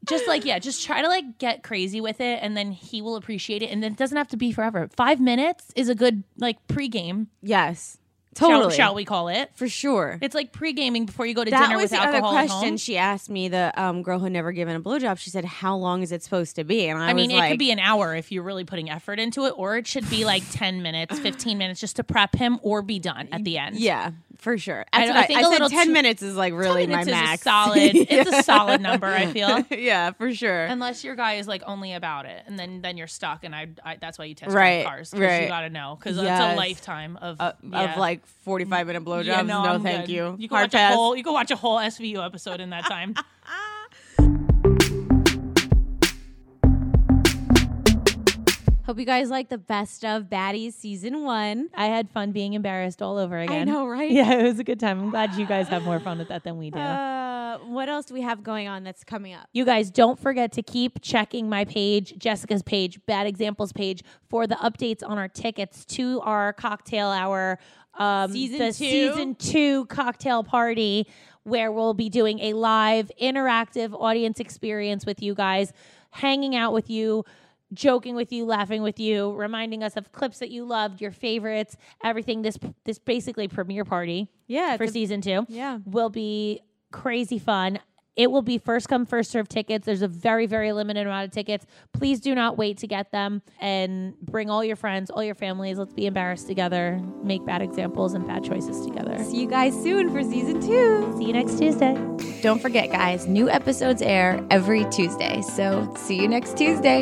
[SPEAKER 1] just like, yeah, just try to like get crazy with it and then he will appreciate it. And then it doesn't have to be forever. Five minutes is a good like pregame.
[SPEAKER 2] [laughs] yes,
[SPEAKER 1] shall-
[SPEAKER 2] totally.
[SPEAKER 1] Shall, we call it?
[SPEAKER 2] For sure.
[SPEAKER 1] It's like pre gaming before you go to
[SPEAKER 2] that
[SPEAKER 1] dinner
[SPEAKER 2] was
[SPEAKER 1] with
[SPEAKER 2] the other
[SPEAKER 1] alcohol at
[SPEAKER 2] question
[SPEAKER 1] home.
[SPEAKER 2] she asked me. The um, girl who never given a blowjob. She said, "How long is it supposed to be?" And I,
[SPEAKER 1] I mean,
[SPEAKER 2] was
[SPEAKER 1] it
[SPEAKER 2] like,
[SPEAKER 1] could be an hour if you're really putting effort into it, or it should be like 10 minutes, 15 minutes just to prep him or be done at the end.
[SPEAKER 2] [laughs] Yeah, for sure.
[SPEAKER 1] I
[SPEAKER 2] That's
[SPEAKER 1] don't-
[SPEAKER 2] what
[SPEAKER 1] I think
[SPEAKER 2] I
[SPEAKER 1] a
[SPEAKER 2] said
[SPEAKER 1] little
[SPEAKER 2] ten
[SPEAKER 1] too-
[SPEAKER 2] minutes is like
[SPEAKER 1] 10
[SPEAKER 2] really my
[SPEAKER 1] minutes is a
[SPEAKER 2] max. [laughs]
[SPEAKER 1] solid- [laughs] it's a solid number, I [laughs] feel.
[SPEAKER 2] yeah, for sure.
[SPEAKER 1] Unless your guy is like only about it, and then then you're stuck, and I, I that's why you test
[SPEAKER 2] Right,
[SPEAKER 1] drive cars 'cause you
[SPEAKER 2] right.
[SPEAKER 1] gotta know because it's a
[SPEAKER 2] Yes.
[SPEAKER 1] lifetime of
[SPEAKER 2] Uh,
[SPEAKER 1] yeah.
[SPEAKER 2] Of like forty-five minute blowjobs.
[SPEAKER 1] Yeah,
[SPEAKER 2] no,
[SPEAKER 1] I'm
[SPEAKER 2] thank
[SPEAKER 1] good.
[SPEAKER 2] you.
[SPEAKER 1] You can
[SPEAKER 2] Hard
[SPEAKER 1] watch
[SPEAKER 2] pass.
[SPEAKER 1] a whole you can watch a whole SVU episode in that time.
[SPEAKER 13] Hope you guys like the best of Baddies season one.
[SPEAKER 1] I had fun being embarrassed all over
[SPEAKER 13] I know, right?
[SPEAKER 1] it was a good time. I'm glad you guys have more fun with that than we do.
[SPEAKER 13] Uh, what else do we have going on that's coming up?
[SPEAKER 1] You guys don't forget to keep checking my page, Jessica's page, Bad Examples page for the updates on our tickets to our cocktail hour um
[SPEAKER 13] Season
[SPEAKER 1] the
[SPEAKER 13] two?
[SPEAKER 1] season 2 cocktail party where we'll be doing a live interactive audience experience with you guys, hanging out with you, joking with you, laughing with you, reminding us of clips that you loved, your favorites, everything this this basically premiere party
[SPEAKER 13] Yeah,
[SPEAKER 1] for
[SPEAKER 13] it's a-
[SPEAKER 1] season 2
[SPEAKER 13] yeah.
[SPEAKER 1] will be crazy fun. It will be first come, first serve tickets. There's a very, very limited amount of tickets. Please do not wait to get them and bring all your friends, all your families. Let's be embarrassed together, make bad examples and bad choices together.
[SPEAKER 13] See you guys soon for season two.
[SPEAKER 1] See you next Tuesday.
[SPEAKER 3] Don't forget, guys, new episodes air every Tuesday. So see you next Tuesday.